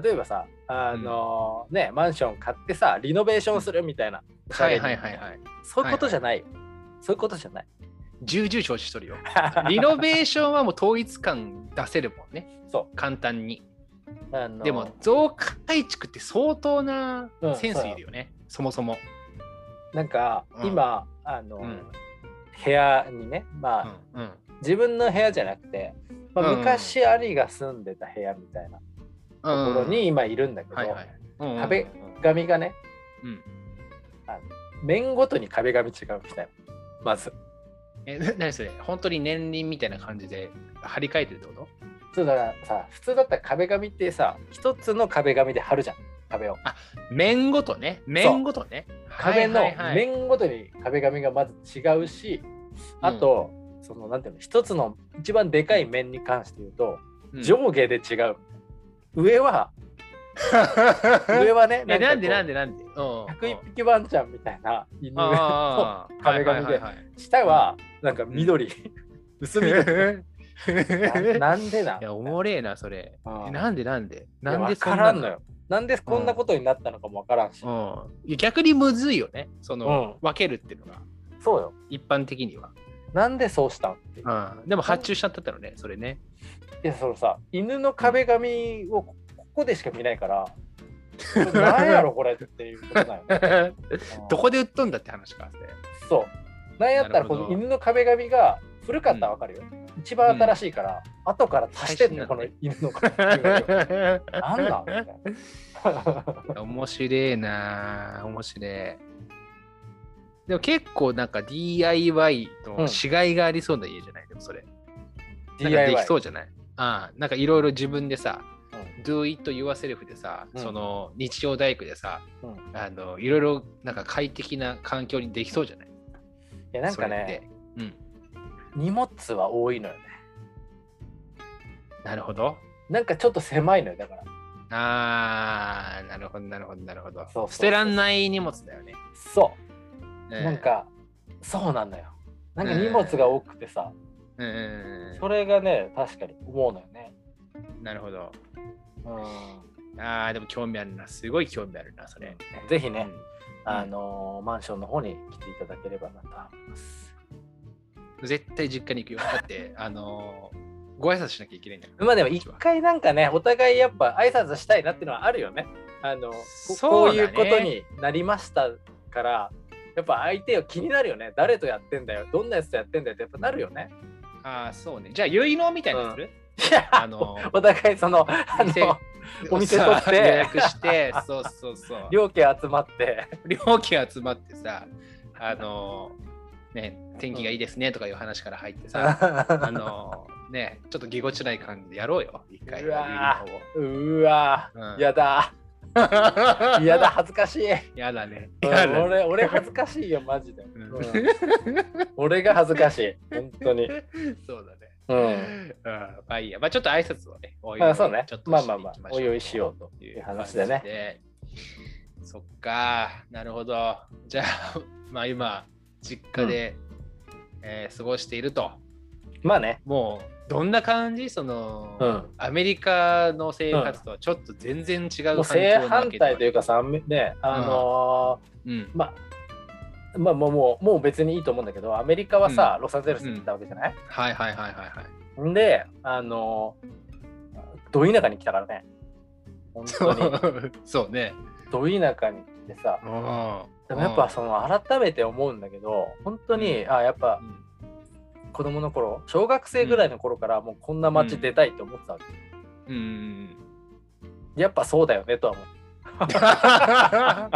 Speaker 2: 例えばさあの、ねマンション買ってさリノベーションするみたいな、
Speaker 1: はいはいはいはい。
Speaker 2: そういうことじゃないよ、そういうことじゃない
Speaker 1: 重々承知しとるよ。 [laughs] リノベーションはもう統一感出せるもんね。
Speaker 2: [laughs] そ
Speaker 1: 簡単に。
Speaker 2: うあの
Speaker 1: でも増改築って相当な
Speaker 2: うん
Speaker 1: センスいるよね。そもそも。
Speaker 2: なんか
Speaker 1: うん
Speaker 2: 今、あの、
Speaker 1: うん
Speaker 2: 部屋にねまあ、
Speaker 1: うんうん
Speaker 2: 自分の部屋じゃなくて、まあ、
Speaker 1: うん
Speaker 2: 昔兄が住んでた部屋みたいなと
Speaker 1: うん
Speaker 2: ころに今いるんだけど、
Speaker 1: はいはい。うんうんうん
Speaker 2: 壁紙がね
Speaker 1: うん
Speaker 2: 面ごとに壁紙違うみたいなまず
Speaker 1: え、な何それ本当に年輪みたいな感じで張り替えてるってこと
Speaker 2: そうだからさ普通だったら壁紙ってさ一つの壁紙で貼るじゃん壁を
Speaker 1: 面ごとね。面ごとね。
Speaker 2: 壁の
Speaker 1: はいはいはい
Speaker 2: 面ごとに壁紙がまず違うし、あとそのなんていうの一つの一番でかい面に関して言うと、
Speaker 1: うん [laughs]
Speaker 2: 上下で違う上は上はね
Speaker 1: [laughs] え、なんでなん
Speaker 2: で
Speaker 1: でなんでうんうんうん
Speaker 2: 101匹ワンちゃんみたいな犬
Speaker 1: あー
Speaker 2: 壁紙で
Speaker 1: はい [laughs] はいはいはい
Speaker 2: 下はなんか緑、薄緑
Speaker 1: [laughs]
Speaker 2: ななんでなん
Speaker 1: いや、おもれえな、それ。
Speaker 2: うん
Speaker 1: えなんでなんで
Speaker 2: い
Speaker 1: な
Speaker 2: や
Speaker 1: んで
Speaker 2: わ
Speaker 1: そん
Speaker 2: か
Speaker 1: な
Speaker 2: らんのよなんでこんなことになったのかもわからんし、
Speaker 1: うんいや。逆にむずいよね。その、
Speaker 2: うん
Speaker 1: 分けるっていうのが、
Speaker 2: そうよ
Speaker 1: 一般的には。
Speaker 2: なんでそうしたんっていう
Speaker 1: うん、でも発注しちゃったったのね、それ [laughs] ね。
Speaker 2: いやそのさ犬の壁紙をこここでしか見な
Speaker 1: [laughs]
Speaker 2: いから何やろこれっていうことだよねうん
Speaker 1: どこで売っとんだって話か。それ
Speaker 2: そうなんやったらこ
Speaker 1: なる
Speaker 2: の
Speaker 1: ほど
Speaker 2: 犬の壁紙が古かったらわかるよ、一番新しいから、後から足してんのよこの
Speaker 1: 最
Speaker 2: 犬の壁紙を
Speaker 1: [laughs]
Speaker 2: 何なんみたいな
Speaker 1: 面白えな面白え。でも結構なんか DIY
Speaker 2: う
Speaker 1: の
Speaker 2: ん
Speaker 1: 違いがありそうな家じゃないでもそれ。なんか
Speaker 2: DIY
Speaker 1: できそうじゃないああなんかいろいろ自分でさ、
Speaker 2: う
Speaker 1: Do it yourself でさ、
Speaker 2: うん
Speaker 1: その日曜大工でさ、
Speaker 2: うん
Speaker 1: あのいろいろなんか快適な環境にできそうじゃない
Speaker 2: いやなん
Speaker 1: そ
Speaker 2: か
Speaker 1: れっ
Speaker 2: ね
Speaker 1: てうん、
Speaker 2: 荷物は多いのよね
Speaker 1: なるほど。
Speaker 2: なんかちょっと狭いのよだから
Speaker 1: あー、なるほど、なるほど、なるほど。
Speaker 2: そうそう
Speaker 1: 捨てらんない荷物だよね。
Speaker 2: そう
Speaker 1: う
Speaker 2: なん、かそうなんだよ。なんか荷物が多くてさ、
Speaker 1: うんうん
Speaker 2: それがね確かに思うのよね。
Speaker 1: うん。なるほど。
Speaker 2: う
Speaker 1: ああ、でも興味あるな。すごい興味あるな、それ。
Speaker 2: ん、ぜひね、
Speaker 1: うん
Speaker 2: あのーマンションの方に来ていただければなと思います。
Speaker 1: 絶対実家に行くよ。だって、 [laughs] あのーご挨拶しなきゃいけないんだから。
Speaker 2: まあでも一回なんかねお互いやっぱ挨拶したいなっていうのはあるよね。あのこ
Speaker 1: そうだ
Speaker 2: こう
Speaker 1: ね
Speaker 2: いうことになりましたからやっぱ相手を気になるよね誰とやってんだよどんなやつとやってんだよってやっぱなるよね。 [laughs]
Speaker 1: ああ、そうね。じゃあ、結納みたいなのする、
Speaker 2: いや
Speaker 1: あのー
Speaker 2: お互いそのあ
Speaker 1: 店
Speaker 2: のお店取って
Speaker 1: さ予約 [laughs] して、そうそうそう。
Speaker 2: 両家集まって
Speaker 1: 両家集まってさ、あのーね、天気がいいですねとかいう話から入ってさ、あのーね、ちょっとぎこちない感じでやろうよ、一回。
Speaker 2: うわ
Speaker 1: 結納を
Speaker 2: うわ、
Speaker 1: うん
Speaker 2: やだやだ。恥ずかしい。
Speaker 1: やだね。
Speaker 2: うん
Speaker 1: やだね
Speaker 2: 俺俺恥ずかしいよマジで、
Speaker 1: うん
Speaker 2: うん俺が恥ずかしい本
Speaker 1: [laughs]
Speaker 2: 当に、
Speaker 1: そうだね。
Speaker 2: うん、
Speaker 1: うんまあいいや。まあちょっと挨拶をね、おいおい
Speaker 2: まあそうね
Speaker 1: ちょっと
Speaker 2: まあまあまあ
Speaker 1: していきしょ
Speaker 2: お
Speaker 1: う
Speaker 2: 用意しようと
Speaker 1: とい
Speaker 2: いう
Speaker 1: う
Speaker 2: 話でね
Speaker 1: ね。そっか、なるほど。じゃあ、まあ今、実家で、えー過ごしていると。
Speaker 2: まあね
Speaker 1: もう、どんな感じその、
Speaker 2: うん
Speaker 1: アメリカの生活とはちょっと全然違う
Speaker 2: も
Speaker 1: 環境
Speaker 2: う正
Speaker 1: なわ
Speaker 2: 反
Speaker 1: けでは
Speaker 2: 対というかさねあの
Speaker 1: うん
Speaker 2: ーまあまあもうもうもう別にいいと思うんだけどアメリカはさ、ロサンゼルスに行ったわけじゃない、
Speaker 1: はいはいはいはいはい。
Speaker 2: ん、であのーど田舎に来たからね本当に
Speaker 1: そうね。
Speaker 2: ど田舎に来てさ
Speaker 1: うん
Speaker 2: でもやっぱ、その改めて思うんだけど本当に、あやっぱ
Speaker 1: うん
Speaker 2: 子供の頃小学生ぐらいの頃からもうこんな街出たいと思ってたわけ、
Speaker 1: うんうん
Speaker 2: やっぱそうだよねとは思って
Speaker 1: あ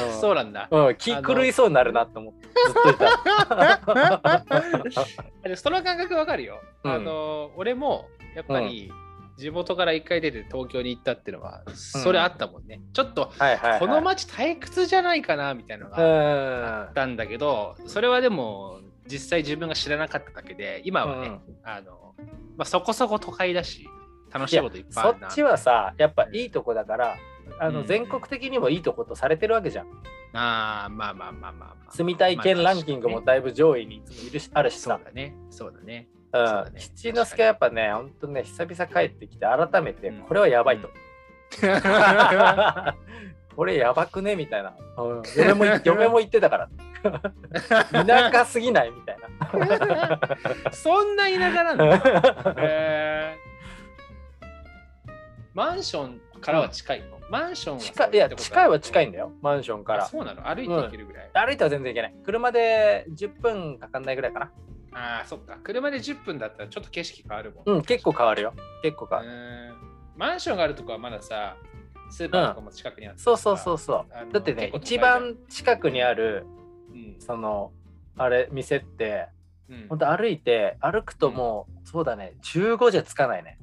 Speaker 2: うん
Speaker 1: [laughs]
Speaker 2: [laughs]
Speaker 1: そうなんだ。
Speaker 2: うん、気狂いそうになるなと思ってずっと
Speaker 1: [laughs]
Speaker 2: いた
Speaker 1: でその感覚わかるよ。
Speaker 2: うん
Speaker 1: あの俺もやっぱり地元から一回出て東京に行ったっていうのはそれあったもんね。ちょっと
Speaker 2: はいはい、はい、
Speaker 1: この街退屈じゃないかなみたいなの
Speaker 2: う
Speaker 1: があ
Speaker 2: ん
Speaker 1: ったんだけどそれはでも実際自分が知らなかっただけで今はね、あのまあ、そこそこ都会だし楽しいこといっぱい
Speaker 2: そ
Speaker 1: あ
Speaker 2: っ
Speaker 1: るな。
Speaker 2: ちはさやっぱいいとこだからあ
Speaker 1: う
Speaker 2: の
Speaker 1: ん
Speaker 2: 全国的にもいいとことされてるわけじゃん
Speaker 1: あーまあまあまあまあまあ。
Speaker 2: 住みたい県ランキングも
Speaker 1: まあ
Speaker 2: だいぶ上位にいつもいるしあるし
Speaker 1: そう
Speaker 2: さ、
Speaker 1: だね。そうだ
Speaker 2: [laughs]
Speaker 1: ね。
Speaker 2: う
Speaker 1: そうだ
Speaker 2: ん、
Speaker 1: ね
Speaker 2: 七之助はやっぱねほんとね久々帰ってきて改めて
Speaker 1: うん
Speaker 2: これはやばいと、
Speaker 1: な
Speaker 2: [laughs] これやばくねみたいな、うん、嫁も嫁も言って
Speaker 1: [laughs]
Speaker 2: たから田舎すぎないみたい
Speaker 1: [laughs] そんな田舎なんだ。
Speaker 2: な。
Speaker 1: へーマンションからは近いの、マンションは
Speaker 2: 近いいや近いは近いん
Speaker 1: だ
Speaker 2: だよマンションから。
Speaker 1: そうなの歩いて行けるぐらい。
Speaker 2: 歩いては全然行けない。車で10分かかんないぐらいかな。
Speaker 1: ああ、そっか。車で10分だったらちょっと景色変わるもん。
Speaker 2: うん、結構変わるよ。結構変わる。
Speaker 1: うーんマンションがあるとこはまださ、スーパーとかも近くにあって、
Speaker 2: そうそうそうそう
Speaker 1: あの。
Speaker 2: だってね
Speaker 1: 結、構
Speaker 2: 一
Speaker 1: 都会じゃん
Speaker 2: 番近くにある、
Speaker 1: うん。
Speaker 2: その、あれ、店って、
Speaker 1: うん
Speaker 2: ほんと歩いて、歩くともう、そうだね、15じゃつかないね。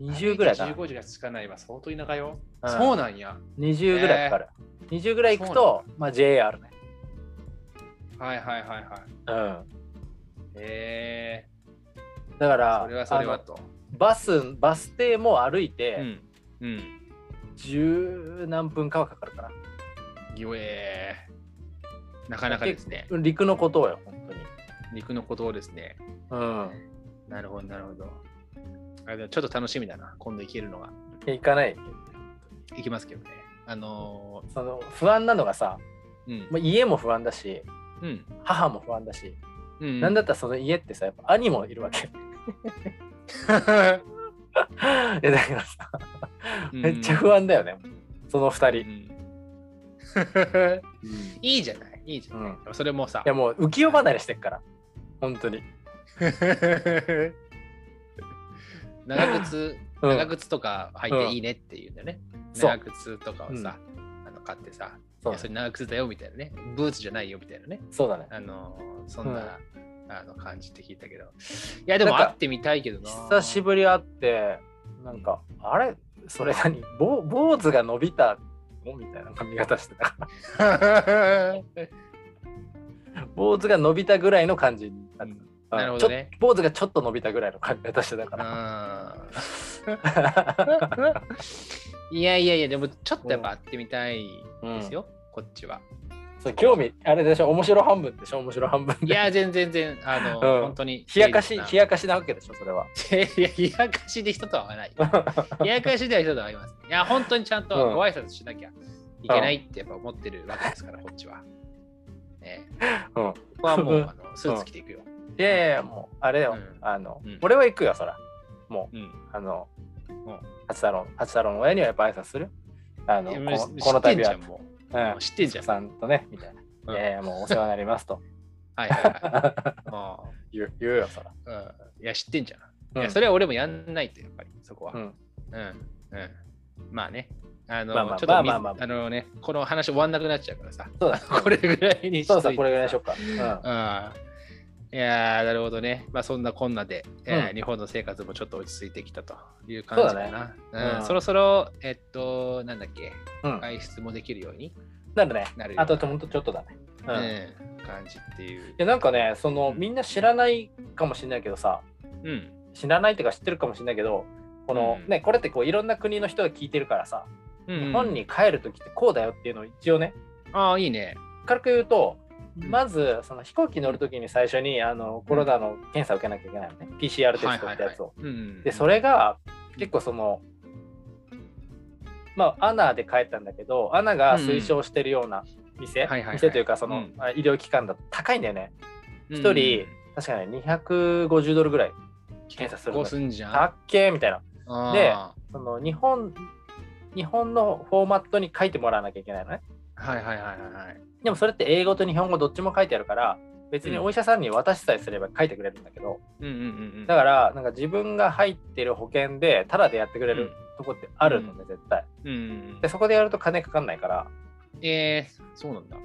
Speaker 2: 20ぐらいかな。
Speaker 1: 15時がつかないわ、相当田舎よ。
Speaker 2: うん
Speaker 1: そうなんや。
Speaker 2: 20ぐらいかかる。20ぐらい行く
Speaker 1: そ
Speaker 2: と、まあ JR ね。
Speaker 1: はいはいはいはい。
Speaker 2: うん。
Speaker 1: へえ
Speaker 2: だか
Speaker 1: ー、
Speaker 2: ら
Speaker 1: それはそれは
Speaker 2: あの
Speaker 1: と。
Speaker 2: バスバス停も歩いうて
Speaker 1: ん。うん。
Speaker 2: 十何分かはかかるかな、
Speaker 1: ぎょえーなかなかですね。
Speaker 2: 陸のことをよ本
Speaker 1: 肉のことをですね。
Speaker 2: 当に
Speaker 1: なるほど、なるほど。あでもちょっと楽しみだな、今度行けるのが。
Speaker 2: うん行かない
Speaker 1: 行きますけどね。あの
Speaker 2: その不安なのがさ、
Speaker 1: ー、
Speaker 2: まあ、家も不安だし
Speaker 1: うん。うん。
Speaker 2: 母も不安だし、
Speaker 1: うん、
Speaker 2: なんだったらその家ってさやっぱ兄もいるわけ [laughs] いやだからさ
Speaker 1: うん
Speaker 2: めっちゃ不安だよね、その二
Speaker 1: う
Speaker 2: 人、
Speaker 1: ん
Speaker 2: [laughs] うんい
Speaker 1: いいじゃない、いいじゃない。それもさ。
Speaker 2: やもう [laughs] 浮世離れしてっから本当に、
Speaker 1: [laughs] 長靴、
Speaker 2: うん
Speaker 1: 長靴とか履いていいねっていうんだよね。
Speaker 2: そう
Speaker 1: 長靴とかをさ、あの買ってさ、
Speaker 2: そう
Speaker 1: いやそれ長靴だよみたいなね、ブーツじゃないよみたいなね。
Speaker 2: そうだね
Speaker 1: あのーそんな、あの感じって聞いたけど。いや、でも
Speaker 2: なんか
Speaker 1: 会ってみたいけどな。
Speaker 2: 久
Speaker 1: [laughs]
Speaker 2: しぶり会ってなんかあれそれ何ぼ坊主が伸びたのみたいな髪型してたから
Speaker 1: り。
Speaker 2: 坊主が伸びたぐらいの感じになってた
Speaker 1: なるほどね
Speaker 2: ちょ坊主がちょっと伸びたぐらいの髪型して
Speaker 1: [laughs]
Speaker 2: た
Speaker 1: う
Speaker 2: か
Speaker 1: ん
Speaker 2: ら
Speaker 1: いやいやいや、でもちょっとやっぱ会ってみたい
Speaker 2: [laughs] うん
Speaker 1: ですよ、こっちは。
Speaker 2: そう興味あれでしょ面白半分でしょ面白半分
Speaker 1: い
Speaker 2: で
Speaker 1: や、全然全然、あの、
Speaker 2: うん
Speaker 1: 本当に。
Speaker 2: 冷やかし冷
Speaker 1: や
Speaker 2: やかしなわけでしょそれは
Speaker 1: 冷やかしで人とは会わない。冷やかしでは人とは会います。いや、本当にちゃんと
Speaker 2: うん
Speaker 1: ご挨拶しなきゃいけないってやっぱ思ってるわけですから、こっちは。ね、
Speaker 2: うん
Speaker 1: ここはも
Speaker 2: う
Speaker 1: うんあのスーツ着ていくよ。
Speaker 2: いやいやいやもうあれよ、
Speaker 1: うん
Speaker 2: あの、
Speaker 1: うん
Speaker 2: 俺は行くよそらも
Speaker 1: うん。
Speaker 2: うあの
Speaker 1: うん
Speaker 2: 八太郎八太郎の親にはやっぱ挨拶するよあの
Speaker 1: い
Speaker 2: こ
Speaker 1: や
Speaker 2: の
Speaker 1: もう
Speaker 2: この
Speaker 1: 知ってん
Speaker 2: 度
Speaker 1: じゃ
Speaker 2: は
Speaker 1: ん、も
Speaker 2: う
Speaker 1: う。
Speaker 2: ん
Speaker 1: もう知ってんじゃん。
Speaker 2: さんとねみたいな、
Speaker 1: うん
Speaker 2: いやいやもうお世話になりますと [laughs]
Speaker 1: はいはいはい。も
Speaker 2: 言う言うよそら、
Speaker 1: う、うん。いや、知ってんじゃん。
Speaker 2: うん
Speaker 1: いやそれは俺もやんないとやっぱりそこは。
Speaker 2: う
Speaker 1: うん
Speaker 2: ん
Speaker 1: うんまあね。あの
Speaker 2: まあまあ
Speaker 1: ちょっとみ
Speaker 2: まあまあまあ
Speaker 1: あのねこの話終わんなくなっちゃうからさ。
Speaker 2: そうだ
Speaker 1: これぐらいにし
Speaker 2: そ
Speaker 1: と
Speaker 2: うさこれぐらいにしよ
Speaker 1: う
Speaker 2: うか、うん
Speaker 1: か。うん。いやーなるほどね。まあそんなこんなで、えー
Speaker 2: うん
Speaker 1: 日本の生活もちょっと落ち着いてきたという感じか
Speaker 2: そうだね
Speaker 1: な。う
Speaker 2: うん
Speaker 1: んそろそろ、えっと、なんだっけ、
Speaker 2: うん
Speaker 1: 外出もできるように
Speaker 2: なるね
Speaker 1: なるような
Speaker 2: あとほんとちょっとだね、うんい
Speaker 1: うん感じっていう。
Speaker 2: やなんかねそのみんな知らないかもしれないけどさ
Speaker 1: うん。
Speaker 2: 知らないっていうか知ってるかもしれないけどこの、
Speaker 1: うん
Speaker 2: ねこれってこういろんな国の人が聞いてるからさ、
Speaker 1: うん
Speaker 2: 日本に帰る時ってこうだよっていうのを一応ね
Speaker 1: ああ、いいね。
Speaker 2: 軽く言うと
Speaker 1: うん
Speaker 2: まずその飛行機乗る時に最初にあのコロナの検査を受けなきゃいけないのね PCR テストってやつを。
Speaker 1: はいはいはいうん
Speaker 2: でそれが結構そのまあアナで帰ったんだけどアナが推奨してるような店、
Speaker 1: うんはいはいはい
Speaker 2: 店というかそ
Speaker 1: う
Speaker 2: の、
Speaker 1: ん
Speaker 2: あ医療機関だと高いんだよね
Speaker 1: うん
Speaker 2: 一人確かね250ドルぐらい検査する
Speaker 1: こ
Speaker 2: の
Speaker 1: うすんじゃん。
Speaker 2: たっけーみたいなで
Speaker 1: あ
Speaker 2: その日本日本のフォーマットに書いてもらわなきゃいけないのね
Speaker 1: ーはいはいはいはいはい。
Speaker 2: でもそれって英語と日本語どっちも書いてあるから別にお医者さんに渡しさえすれば書いてくれるんだけど
Speaker 1: うんうんうんうん。、
Speaker 2: だかららなんか自分が入ってる保険でタダでやってくれるとこってあるのね絶対
Speaker 1: うんうん
Speaker 2: でそこでやると金かかんないから
Speaker 1: うん、えー、そうなんだ。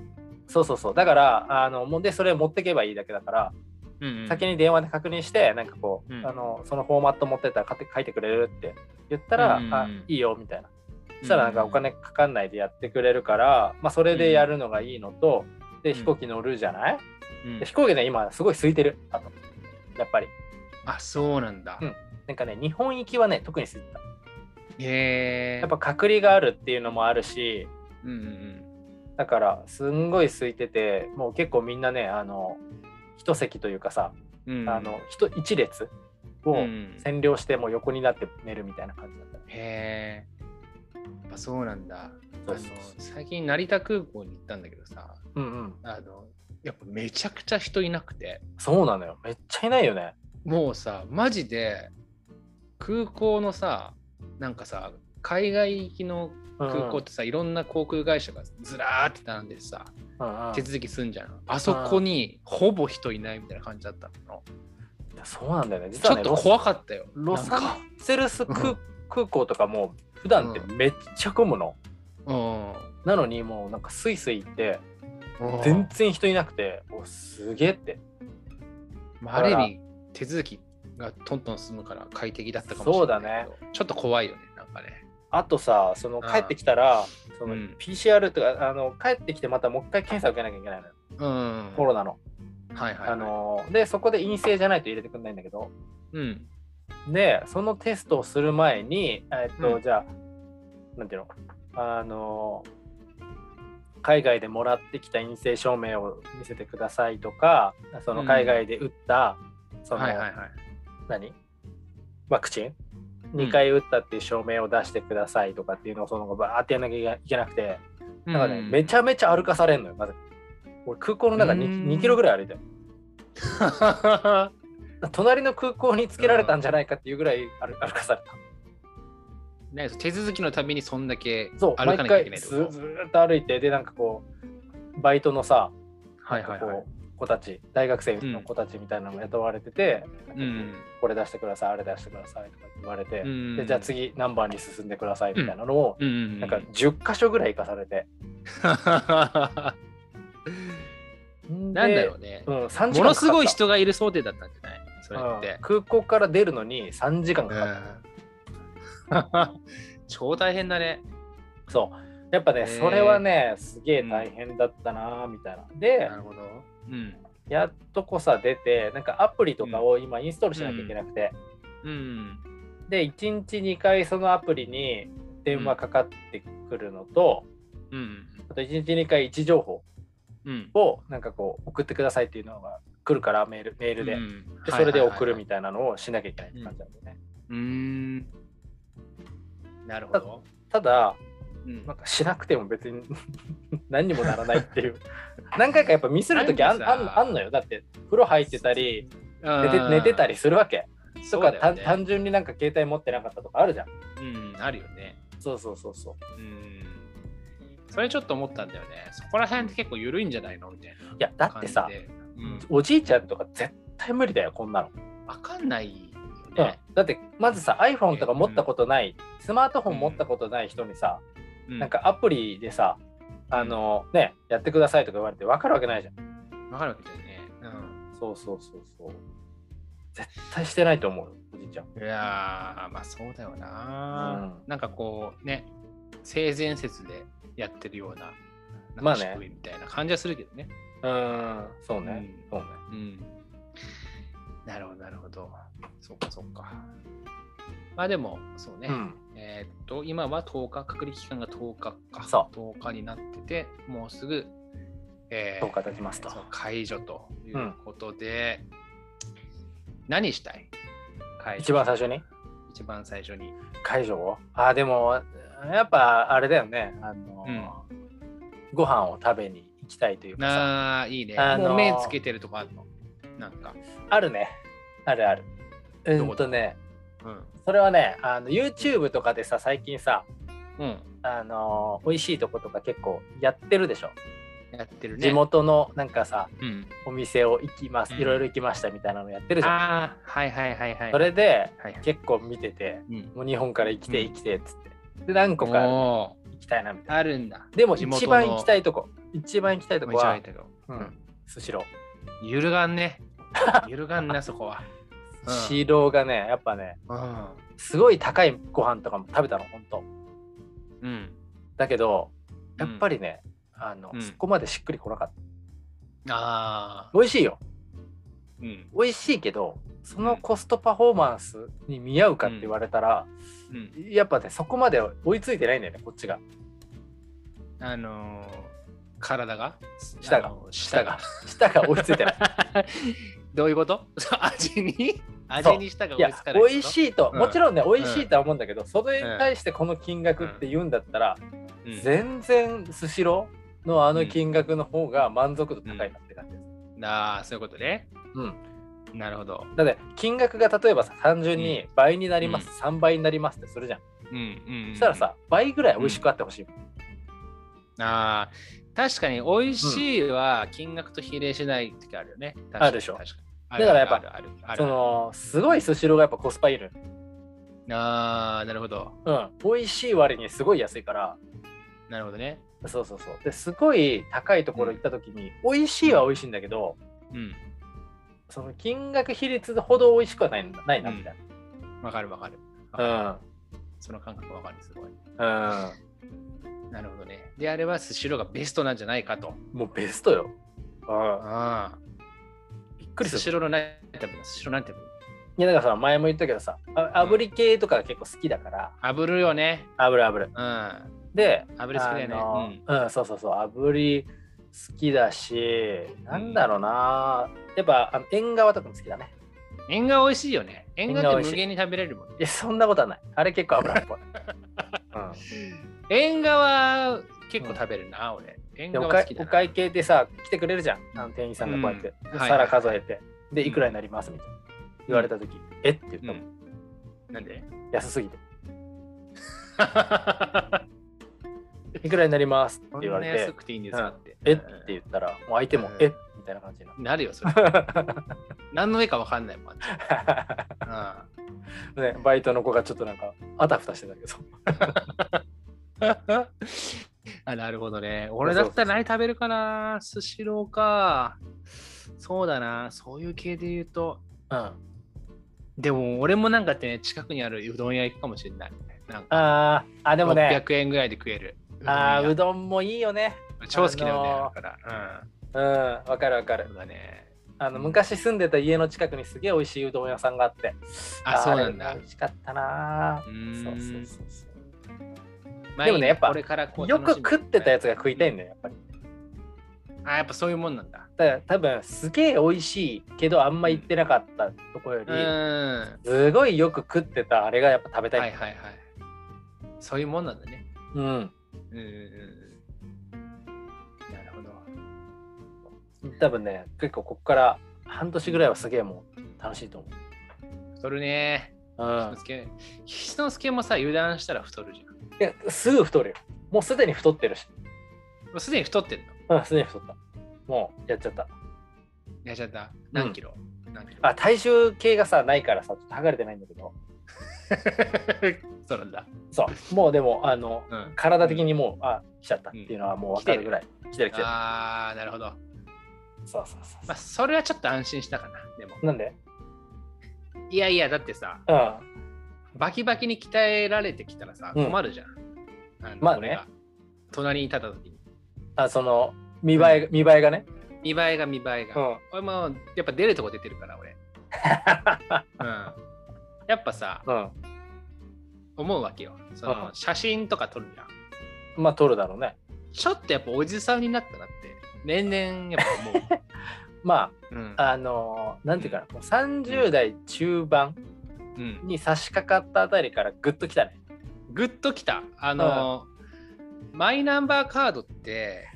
Speaker 2: そうそうそうだからあのもうでそれ持ってけばいいだけだから
Speaker 1: うんうん、
Speaker 2: 先に電話で確認してなんかこう
Speaker 1: うん
Speaker 2: あのそのフォーマット持ってったら書いて書いてくれるって言ったら
Speaker 1: うん
Speaker 2: あいいよみたいなそしたらなんかお金かかんないでやってくれるから、まあ、それでやるのがいいのと、で飛行機乗るじゃない、
Speaker 1: うん、うん
Speaker 2: で飛行機ね今すごい空いてるあとやっぱり
Speaker 1: あ、そうなんだ。
Speaker 2: うんなんかね日本行きはね特に空いてた
Speaker 1: えー、
Speaker 2: やっぱ、隔離があるっていうのもあるし
Speaker 1: うんうんうん。
Speaker 2: だからすんごい空いててもう結構みんなねあの一席というかさ、
Speaker 1: うん、
Speaker 2: あの一一列を
Speaker 1: うん
Speaker 2: 占領してもう横になって寝るみたいな感じだった、
Speaker 1: へーやっぱそうなんだ。あ
Speaker 2: そう
Speaker 1: の
Speaker 2: そうそう
Speaker 1: 最近成田空港に行ったんだけどさ、
Speaker 2: うんうん
Speaker 1: あのやっぱめちゃくちゃ人いなくて、
Speaker 2: そうなのよめっちゃいないよね
Speaker 1: もうさ、マジで空港のさ、なんかさ、海外行きの
Speaker 2: うんうん
Speaker 1: 空港ってさ、いろんな航空会社がずらーって並んでさ、
Speaker 2: うんうん
Speaker 1: 手続きすんじゃん。あそこにほぼ人いないみたいな感じだったの。
Speaker 2: そうなんだよね実
Speaker 1: ちょ
Speaker 2: は
Speaker 1: っ
Speaker 2: ね
Speaker 1: と怖かったよ。
Speaker 2: ロ
Speaker 1: なん
Speaker 2: サ
Speaker 1: か、
Speaker 2: ンゼルス空空港とかも普段ってめっちゃ混むの、
Speaker 1: うん。
Speaker 2: なのにもうなんかスイスイ行って
Speaker 1: うん
Speaker 2: 全然人いなくておすげえって
Speaker 1: まあ、ある意味、手続きがトントン進むから快適だったかもしれないけど。
Speaker 2: そう
Speaker 1: だね。ちょっと怖いよね、なんかね。
Speaker 2: あとさそ
Speaker 1: う
Speaker 2: の
Speaker 1: ん
Speaker 2: 帰ってきたら、そうの
Speaker 1: ん
Speaker 2: PCR とかあの帰ってきてまたもう一回検査受けなきゃいけないのよ
Speaker 1: うん。
Speaker 2: コロナの、
Speaker 1: はいはい、はい。
Speaker 2: あ、のーでそこで陰性じゃないと入れてくんないんだけど
Speaker 1: うん。
Speaker 2: でそのテストをする前にえっと、
Speaker 1: うん
Speaker 2: じゃあなんていうのあのー海外でもらってきた陰性証明を見せてくださいとかその海外で打った、その、
Speaker 1: はいはいはい。
Speaker 2: 何ワクチン
Speaker 1: ん
Speaker 2: 2回打ったっていう証明を出してくださいとかっていうのをそのバーってやらなきゃいけなくて、なんかね、めち
Speaker 1: ゃ。
Speaker 2: ゃめちゃ歩かされんのよ、まず。俺、空港の中に
Speaker 1: う
Speaker 2: 2,
Speaker 1: ん
Speaker 2: キロぐらい歩いてる。隣の空港につけられたんじゃないかっていうぐらい歩歩かされた。
Speaker 1: [laughs] ね、手続きのためにそんだけ歩
Speaker 2: そう、
Speaker 1: か
Speaker 2: 毎
Speaker 1: なきゃい
Speaker 2: 回
Speaker 1: けないって
Speaker 2: ず
Speaker 1: こと
Speaker 2: ずーっと歩いて、で、なんかこう、バイトのさ、
Speaker 1: はいはいはい。
Speaker 2: こう子たち、大学生の子たちみたいなのも雇われてて、
Speaker 1: うん。
Speaker 2: これ出してください、あれ出してくださいとか言われて、
Speaker 1: うん
Speaker 2: でじゃあ次何番に進んでくださいみたいなのを、
Speaker 1: うんうん。
Speaker 2: なんか10箇所ぐらい行かされて。
Speaker 1: [laughs] なんだろ
Speaker 2: う
Speaker 1: うね
Speaker 2: う。ん、3時
Speaker 1: も
Speaker 2: 間
Speaker 1: のすごい
Speaker 2: かか
Speaker 1: 人がいる想定だったんじゃないそれ
Speaker 2: っ、
Speaker 1: った
Speaker 2: うん
Speaker 1: て。
Speaker 2: 空港から出るのに3時間かかっ
Speaker 1: うん
Speaker 2: た、
Speaker 1: [laughs] 超大変だね。
Speaker 2: そうやっぱね、
Speaker 1: ね
Speaker 2: それはねすげえ大変だったなみたいな、で
Speaker 1: なるほど。うん。
Speaker 2: やっとこさ出てなんかアプリとかを今インストールしなきゃいけなくて、
Speaker 1: うん。
Speaker 2: で1日2回そのアプリに電話かかってくるのと、
Speaker 1: うん。
Speaker 2: あと1日2回位置情報
Speaker 1: うん。
Speaker 2: をなんかこう送ってくださいっていうのが来るからメールメールで,、
Speaker 1: うん
Speaker 2: でそれで送るみ
Speaker 1: は
Speaker 2: たいなのをしなきゃいけないって感じなんでね、
Speaker 1: いはいはいはいうん。なるほど。
Speaker 2: ただ
Speaker 1: うん
Speaker 2: なんかしなくても別に [laughs] 何にもならないっていう何回かやっぱミスる時あん
Speaker 1: なん
Speaker 2: あ
Speaker 1: か
Speaker 2: ん
Speaker 1: さ
Speaker 2: あんのよだって風呂入ってたり寝て寝てたりするわけとか、単
Speaker 1: 単
Speaker 2: 単純になんか携帯持ってなかったとかあるじゃん
Speaker 1: うん、あるよね。
Speaker 2: そうそうそうそう
Speaker 1: うん。それちょっと思ったんだよね。そこら辺って結構緩いんじゃないのみたい
Speaker 2: いやだ
Speaker 1: な
Speaker 2: っ
Speaker 1: 感
Speaker 2: て
Speaker 1: じで。
Speaker 2: さ
Speaker 1: うん、
Speaker 2: おじいちゃんとか絶対無理だよこんなの、
Speaker 1: わかんないよ
Speaker 2: うん
Speaker 1: ね。
Speaker 2: だってまずさ iPhone とか持ったことない、スマートフォン持ったことない人にさ、
Speaker 1: う
Speaker 2: なん、かアプリでさあのねやってくださいとか言われて分かるわけないじゃん
Speaker 1: わかるわけだよね。うん。
Speaker 2: そうそうそうそう絶対してないと思うよおじいちゃん
Speaker 1: いやー、まあそうだよな、
Speaker 2: うん
Speaker 1: なんかこうね、性善説でやってるような、なんか
Speaker 2: まあね
Speaker 1: 仕組みみたいな感じはするけどね。
Speaker 2: うんそうね、そうね
Speaker 1: うん。うんなるほど、なるほど。そっかそっか。まあでも、そうね。
Speaker 2: うん
Speaker 1: えーっと、今は10日、隔離期間が10日か。
Speaker 2: そ
Speaker 1: 10日になってて、もうすぐ、え
Speaker 2: 10日経ちますと
Speaker 1: そう解除ということで、何したい解除
Speaker 2: 一番最初に
Speaker 1: 一番最初に。
Speaker 2: 解除をあーでもやっぱあれだよねあの、ご飯を食べに行きたいというかさ
Speaker 1: ああ、いいね。
Speaker 2: あのー
Speaker 1: もう目つけてるとこあるの。なんか。
Speaker 2: あるねあるあるう
Speaker 1: どこ
Speaker 2: んとね
Speaker 1: うん。
Speaker 2: それはねあの YouTube とかでさ最近さ
Speaker 1: うん。
Speaker 2: あの美味しいとことか結構やってるでしょ、
Speaker 1: やってるね。
Speaker 2: 地元のなんかさ
Speaker 1: うん。
Speaker 2: お店を行きます
Speaker 1: うん
Speaker 2: いろいろ行きましたみたいなのやってるじゃん、
Speaker 1: ああ、はいはいはいはい。
Speaker 2: それで
Speaker 1: はいはい。
Speaker 2: 結構見てて
Speaker 1: うん。
Speaker 2: もう日本から生きて
Speaker 1: うん
Speaker 2: 生きてっつってで何個か行
Speaker 1: おー
Speaker 2: きたいなみたいな
Speaker 1: あるんだ。
Speaker 2: でも
Speaker 1: 地元の
Speaker 2: 一番行きたいとこ一番行きたいとこ
Speaker 1: めちゃ
Speaker 2: は
Speaker 1: めちゃ
Speaker 2: うんスシロー
Speaker 1: 揺るがん [laughs] ね。揺るがんな、そこは。うん
Speaker 2: スシローがねやっぱね
Speaker 1: うん。
Speaker 2: すごい高いご飯とかも食べたの本当
Speaker 1: うん。
Speaker 2: だけどやっぱ
Speaker 1: り。
Speaker 2: りね、あの
Speaker 1: うん
Speaker 2: そこまでしっくりこなかった
Speaker 1: ああ。
Speaker 2: 美味しいよ
Speaker 1: うん。
Speaker 2: 美味しいけどそのコストパフォーマンスに見合うかって言われたら、
Speaker 1: うん。
Speaker 2: やっぱねそこまで追いついてないんだよねこっちが
Speaker 1: あのー、体が
Speaker 2: 舌が
Speaker 1: あのー舌が。
Speaker 2: 舌が [laughs] 追いついてない
Speaker 1: [laughs] どういうこと [laughs] 味に味に舌が
Speaker 2: い
Speaker 1: 追い
Speaker 2: や
Speaker 1: つかない
Speaker 2: 美味しいと、
Speaker 1: うん
Speaker 2: もちろんね美味しいとは思うんだけど、それに対してこの金額って言うんだったら、
Speaker 1: い
Speaker 2: 全然スシローのあの金額の方が満足度高いなって感じです、
Speaker 1: ああ、そういうことね。
Speaker 2: うん
Speaker 1: なるほど。
Speaker 2: だって金額が例えばさ単純に倍になります、3倍になりますってするじゃん、
Speaker 1: うんうん、
Speaker 2: そしたらさ倍ぐらい美味しくあってほしい、
Speaker 1: あー確かに美味しいは金額と比例しない時あるよね。確かに
Speaker 2: あるでしょ
Speaker 1: 確かに
Speaker 2: だからやっぱ
Speaker 1: あるあるあるある
Speaker 2: そのすごいスシローがやっぱコスパいいのよ
Speaker 1: あーなるほど。
Speaker 2: うん、美味しい割にすごい安いから
Speaker 1: なるほどね。
Speaker 2: そうそうそうですごい高いところ行った時に、美味しいは美味しいんだけど
Speaker 1: うん。
Speaker 2: その金額比率ほど美味しくはないんだないな
Speaker 1: うん
Speaker 2: みたい
Speaker 1: わかるわかる。
Speaker 2: な
Speaker 1: その感覚わかる。すごい。
Speaker 2: うん、うん
Speaker 1: なるほどね。であればスシローがベストなんじゃないかと。
Speaker 2: もうベストよ、うん、
Speaker 1: ああ。
Speaker 2: びっくり
Speaker 1: ス
Speaker 2: す
Speaker 1: シ
Speaker 2: る
Speaker 1: ローの何食べるのスシロー何食べる
Speaker 2: いやだからさ前も言ったけどさあ炙り系とか結構好きだから
Speaker 1: 炙るよね。
Speaker 2: 油油
Speaker 1: うん。炙
Speaker 2: で
Speaker 1: り好きだよね。
Speaker 2: あのうん、そうそうそう炙り好きだしなんだろうな、やっぱあの縁側とかも好きだね
Speaker 1: うん。縁が美味しいよね。縁がっ
Speaker 2: 縁側美
Speaker 1: て
Speaker 2: 味しい
Speaker 1: 無限に食べれるもんね。
Speaker 2: いやそんなことはないあれ結構油っ [laughs] ぽい、うん
Speaker 1: 縁側結構食べるな、俺。縁
Speaker 2: でお
Speaker 1: 側
Speaker 2: か
Speaker 1: 好きだ
Speaker 2: お
Speaker 1: な。
Speaker 2: 会計でさ来てくれるじゃんあの店員さんがこうやって、
Speaker 1: うん
Speaker 2: で
Speaker 1: はい
Speaker 2: 皿数えて、で
Speaker 1: うん
Speaker 2: いくらになりますみたいな言われた時、えって言ったもん、
Speaker 1: うん、なんで
Speaker 2: 安すぎていくらになりま
Speaker 1: [laughs]
Speaker 2: すって言われ
Speaker 1: 安
Speaker 2: て
Speaker 1: くていいんですかって。
Speaker 2: えって言ったらもう相手も、
Speaker 1: うん
Speaker 2: えみたいな感じになる
Speaker 1: なるよ、そ
Speaker 2: [laughs]
Speaker 1: れ。何の絵か分かんないもん。あっちう
Speaker 2: [laughs] ね、バイトの子がちょっとなんかあたふたしてたけど [laughs]
Speaker 1: んあなるほどね。俺だったら何食べるかなスシローか。そうだな。そういう系で言うと。
Speaker 2: うん、あ
Speaker 1: でも俺もなんかってね、近くにあるうどん屋行くかもしれない。なんか
Speaker 2: ーあでもね
Speaker 1: 600円ぐらいで食える。
Speaker 2: あーう
Speaker 1: うどん
Speaker 2: どんもいいよね
Speaker 1: 屋超好きだよね。
Speaker 2: あの
Speaker 1: だ
Speaker 2: ー
Speaker 1: から。うん。
Speaker 2: うんわかるわか
Speaker 1: そ
Speaker 2: る
Speaker 1: うだね。
Speaker 2: あの昔住んでた家の近くにすげえ美味しいうどん屋さんがあって
Speaker 1: あ、そうなんだ
Speaker 2: れ。美味しかったな
Speaker 1: う
Speaker 2: そう
Speaker 1: ーん
Speaker 2: そうそうそう
Speaker 1: まあ
Speaker 2: でも
Speaker 1: い
Speaker 2: ね
Speaker 1: い
Speaker 2: やっぱ
Speaker 1: これからこう
Speaker 2: よく食ってたやつが食いたいん
Speaker 1: だ
Speaker 2: だよ、やっぱり。
Speaker 1: あ、やっぱそういうもんなんだ。
Speaker 2: だから多分すげえ美味しいけどあんま行ってなかったとこより、
Speaker 1: うん。は
Speaker 2: すごいよく食ってたあれがやっぱ食べ
Speaker 1: い
Speaker 2: たい、
Speaker 1: はいはい。そういうもんなんだね。
Speaker 2: うん
Speaker 1: うんうんうん。なるほど。
Speaker 2: 多分ね結構こっから半年ぐらいはすげえもう楽しいと思う
Speaker 1: 太るね。
Speaker 2: うん
Speaker 1: 七之助七之助もさ、油断したら太るじゃん。も
Speaker 2: いやすぐ太るよもうすでに太ってるし
Speaker 1: うすでに太ってんの。
Speaker 2: うんすでに太ったもうやっちゃった
Speaker 1: やっちゃった。何キロ、何キロ [laughs]
Speaker 2: あ体重計がさないからさちょっと剥がれてないんだけど
Speaker 1: そうなんだ。
Speaker 2: そうもうでもあの
Speaker 1: うん。
Speaker 2: 体的にもう、あ来ちゃったっていうのはもう分かるぐらい、来てる来てる
Speaker 1: ああ、なるほど。
Speaker 2: そうそうそうそ
Speaker 1: まあ、それはちょっと安心したかな。でも。
Speaker 2: うなんで
Speaker 1: いやいや、だってさ、
Speaker 2: うん
Speaker 1: バキバキに鍛えられてきたらさ、
Speaker 2: うん
Speaker 1: 困るじゃん。の
Speaker 2: まあね。
Speaker 1: 俺が隣に立った時に。
Speaker 2: あその見栄え、見栄えがね、
Speaker 1: 見栄えが見栄え
Speaker 2: う
Speaker 1: が。
Speaker 2: ん、
Speaker 1: 俺もやっぱ出るとこ出てるから、俺。うん。やっぱさ、
Speaker 2: うん、
Speaker 1: 思うわけよ。その、
Speaker 2: うん
Speaker 1: 写真とか撮るじゃん。
Speaker 2: [laughs] まあ取るだろうね
Speaker 1: ちょっとやっぱおじさんになったなって、年々やっぱ思
Speaker 2: ま [laughs]
Speaker 1: う。うん。
Speaker 2: ああのーなんていうかな、もう30代中盤
Speaker 1: うん、
Speaker 2: に差し掛かったあたりからグッときたね
Speaker 1: グッときた。あの、マイナンバーカードって、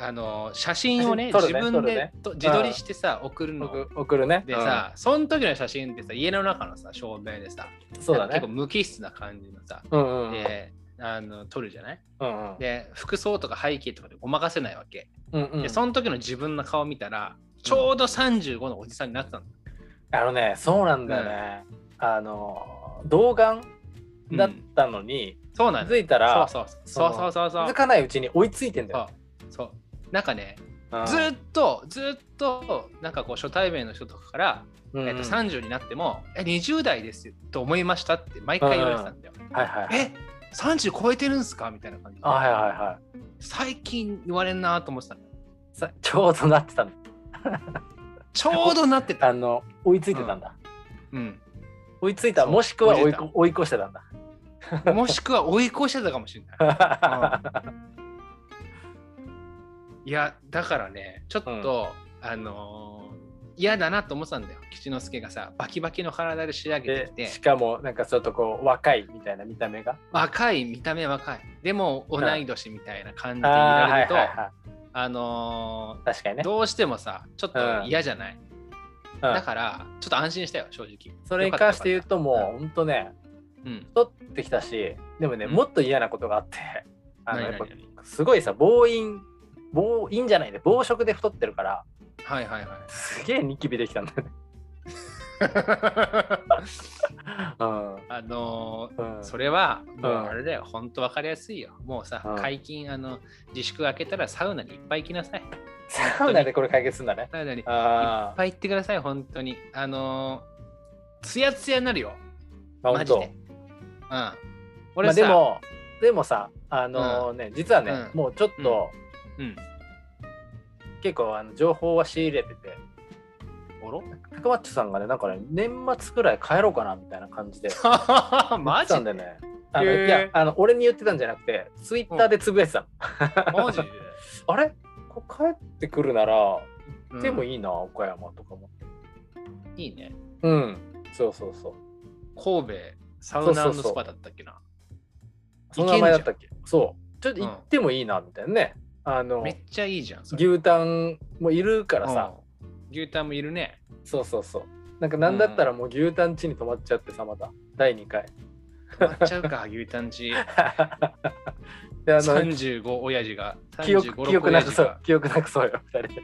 Speaker 1: あの、写真をね、
Speaker 2: [laughs] 撮る
Speaker 1: 自
Speaker 2: ね
Speaker 1: 分
Speaker 2: 撮る
Speaker 1: で
Speaker 2: ね
Speaker 1: と自撮りしてさ、送るの。
Speaker 2: 送送るね
Speaker 1: で、さ、その時の写真ってさ、家の中のさ、照明でさ、
Speaker 2: うんそう
Speaker 1: な
Speaker 2: だ
Speaker 1: んか
Speaker 2: ね
Speaker 1: 結構無機質な感じのさ、
Speaker 2: うんうん
Speaker 1: で、あの撮るじゃない
Speaker 2: うんうん
Speaker 1: で服装とか背景とかでごまかせないわけ、
Speaker 2: うんうん
Speaker 1: でその時の自分の顔見たらちょうど35のおじさんになってたの、
Speaker 2: あのねそうなんだよね、あのー童顔だったのに、
Speaker 1: そうな
Speaker 2: 気
Speaker 1: の
Speaker 2: づいたら
Speaker 1: そうそうそうそうそうそうそ
Speaker 2: 気づ
Speaker 1: う
Speaker 2: かないうちに追いついてんだ
Speaker 1: そ
Speaker 2: よ
Speaker 1: う、そうなんかね、
Speaker 2: うん
Speaker 1: ずーっとずーっとなんかこう初対面の人とかから、
Speaker 2: うんうん
Speaker 1: えっと、30になっても「え20代ですよ」と思いましたって毎回言われてたんだよ。
Speaker 2: はいはいはい
Speaker 1: え30超えてるんすかみたいな感じで
Speaker 2: あはいはいはい
Speaker 1: 最近言われんなと思ってたの
Speaker 2: さちょうどなってたんだ
Speaker 1: ちょうどなってた、
Speaker 2: あの追いついてたんだ、
Speaker 1: うん、
Speaker 2: 追いついた
Speaker 1: そう
Speaker 2: もしくは追い
Speaker 1: 追いつい
Speaker 2: 追い越してたんだ
Speaker 1: もしくは追い越してたかもしれない
Speaker 2: [laughs]
Speaker 1: いやだからねちょっと、あのー嫌だなと思ってたんだよ吉之助がさバキバキの体で仕上げてき
Speaker 2: で
Speaker 1: て
Speaker 2: しかもなんかちょっとこう若いみたいな見た目が
Speaker 1: 若い見た目若いでも同い年みたいな感じでい
Speaker 2: あー
Speaker 1: ら
Speaker 2: は
Speaker 1: れ
Speaker 2: い
Speaker 1: ると
Speaker 2: はいは
Speaker 1: あの
Speaker 2: い確かに
Speaker 1: ー
Speaker 2: ね、
Speaker 1: どうしてもさちょっと嫌じゃない、
Speaker 2: うん
Speaker 1: だからちょっと安心したよ正直
Speaker 2: それに関して言うと
Speaker 1: よかった
Speaker 2: もうほんとね
Speaker 1: うん
Speaker 2: 太ってきたしでもね、
Speaker 1: うん
Speaker 2: もっと嫌なことがあってあの
Speaker 1: 何
Speaker 2: やっぱ
Speaker 1: 々々
Speaker 2: すごいさ暴飲暴飲じゃないね暴食で太ってるから
Speaker 1: はいはいはい
Speaker 2: すげえニキビできたんだよね [laughs]
Speaker 1: あ
Speaker 2: うん、
Speaker 1: のー
Speaker 2: うん、
Speaker 1: それはもううんあれだよ、ほんと分かりやすいよ。もうさ、
Speaker 2: うん
Speaker 1: 解禁あの自粛開けたらサウナにいっぱい行きなさい。
Speaker 2: サウナでこれ解決するんだね
Speaker 1: サウナにいっ
Speaker 2: あ
Speaker 1: ぱい行ってください、本当に。あのー、ツヤツヤになるよ、
Speaker 2: あ
Speaker 1: マジで。うん。俺
Speaker 2: まあ、
Speaker 1: さ、
Speaker 2: でもでもさあのね、実はね、
Speaker 1: うん
Speaker 2: もうちょっと、
Speaker 1: うん、
Speaker 2: 結構あの情報は仕入れてて
Speaker 1: おろ
Speaker 2: タクマッチョさんがねなんかね年末くらい帰ろうかなみたいな感じで
Speaker 1: [laughs] マジ
Speaker 2: 言ってたんだ
Speaker 1: で
Speaker 2: よねあの
Speaker 1: へー
Speaker 2: いやあの俺に言ってたんじゃなくてツイッターでつぶやいてたの、
Speaker 1: マ
Speaker 2: [laughs]
Speaker 1: ジで、
Speaker 2: あれこう帰ってくるなら
Speaker 1: う
Speaker 2: 行
Speaker 1: ん
Speaker 2: ってもいいな、岡山とかも
Speaker 1: いいね。
Speaker 2: うんそうそうそう
Speaker 1: 神戸サウ
Speaker 2: そ
Speaker 1: ナ
Speaker 2: うそうそう
Speaker 1: スパだったっけな。
Speaker 2: その名前だったっ
Speaker 1: いけ
Speaker 2: けそうちょっと行ってもいいなみたいなね、あの
Speaker 1: めっちゃいいじゃん。それ
Speaker 2: 牛タンもいるからさ、
Speaker 1: うん牛タンもいるね。
Speaker 2: そうそうそうなんかなんだったらもう牛タン地に泊まっちゃってさまた第2回
Speaker 1: 止まっちゃう
Speaker 2: [laughs]
Speaker 1: か、牛タンち。
Speaker 2: であの
Speaker 1: 35親父が
Speaker 2: 記憶記憶なくそう記憶なくそうよ2人で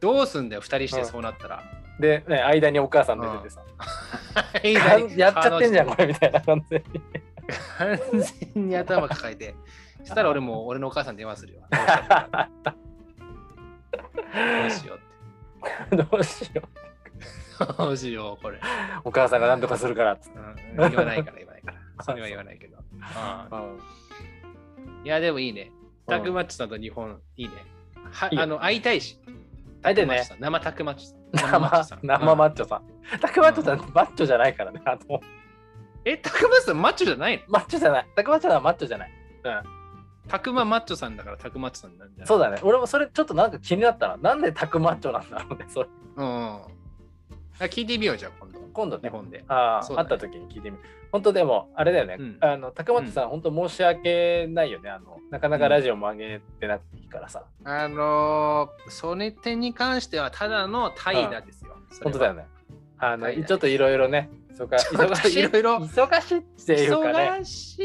Speaker 1: どうすんだよ2人してそうなったら、
Speaker 2: で、ね、間にお母さん出ててさ、
Speaker 1: 間に
Speaker 2: やっちゃってんじゃん
Speaker 1: 彼
Speaker 2: これみたいな感じで [laughs]
Speaker 1: 女と完全に頭抱えてしたら俺もう俺のお母さんに電話す
Speaker 2: [laughs]
Speaker 1: るよどうしようっ
Speaker 2: どうしよ
Speaker 1: てどうしようこれ、
Speaker 2: うお母さんが何とかするからっつって、
Speaker 1: うん、言わないから言わないからそれは言わないけど、う
Speaker 2: うん
Speaker 1: ん、いやでもいいねタクマッチさんと日本いいねはいあの会いたいし
Speaker 2: 会いたいね
Speaker 1: タクマッチさん生タクマッチさん
Speaker 2: 生
Speaker 1: マッチさん
Speaker 2: 生マ
Speaker 1: うん
Speaker 2: ッチョさん。タクマッチョさん、マッチョじゃないからね。あの
Speaker 1: えタクマッチさんマッチョじゃないの
Speaker 2: マッチョじゃない。タクマッチョさんはマッチョじゃない。
Speaker 1: たくまマッチョさんだからたくまっちょさんなんじゃない
Speaker 2: そうだね俺もそれちょっとなんか気になったななんでタクマッチョなんだろうねそれ
Speaker 1: うんあ。聞いてみようじゃあ今度。
Speaker 2: 今度
Speaker 1: 日
Speaker 2: ね
Speaker 1: 本で。
Speaker 2: あ
Speaker 1: そ
Speaker 2: あ、
Speaker 1: うだ
Speaker 2: 会っ
Speaker 1: ね
Speaker 2: た時に聞いてみる本当でもあれだよね、
Speaker 1: うん
Speaker 2: あの高松さん、本当申し訳ないよねあのなかなかラジオも上げてなくていいからさ、
Speaker 1: あのー、それ点に関してはただの怠惰ですよ。それは
Speaker 2: 本当だよねあの、
Speaker 1: はいはい
Speaker 2: ちょっといろいろねそか
Speaker 1: ちょっと
Speaker 2: 忙しい
Speaker 1: いろいろ
Speaker 2: 忙しいっていうかね
Speaker 1: 忙し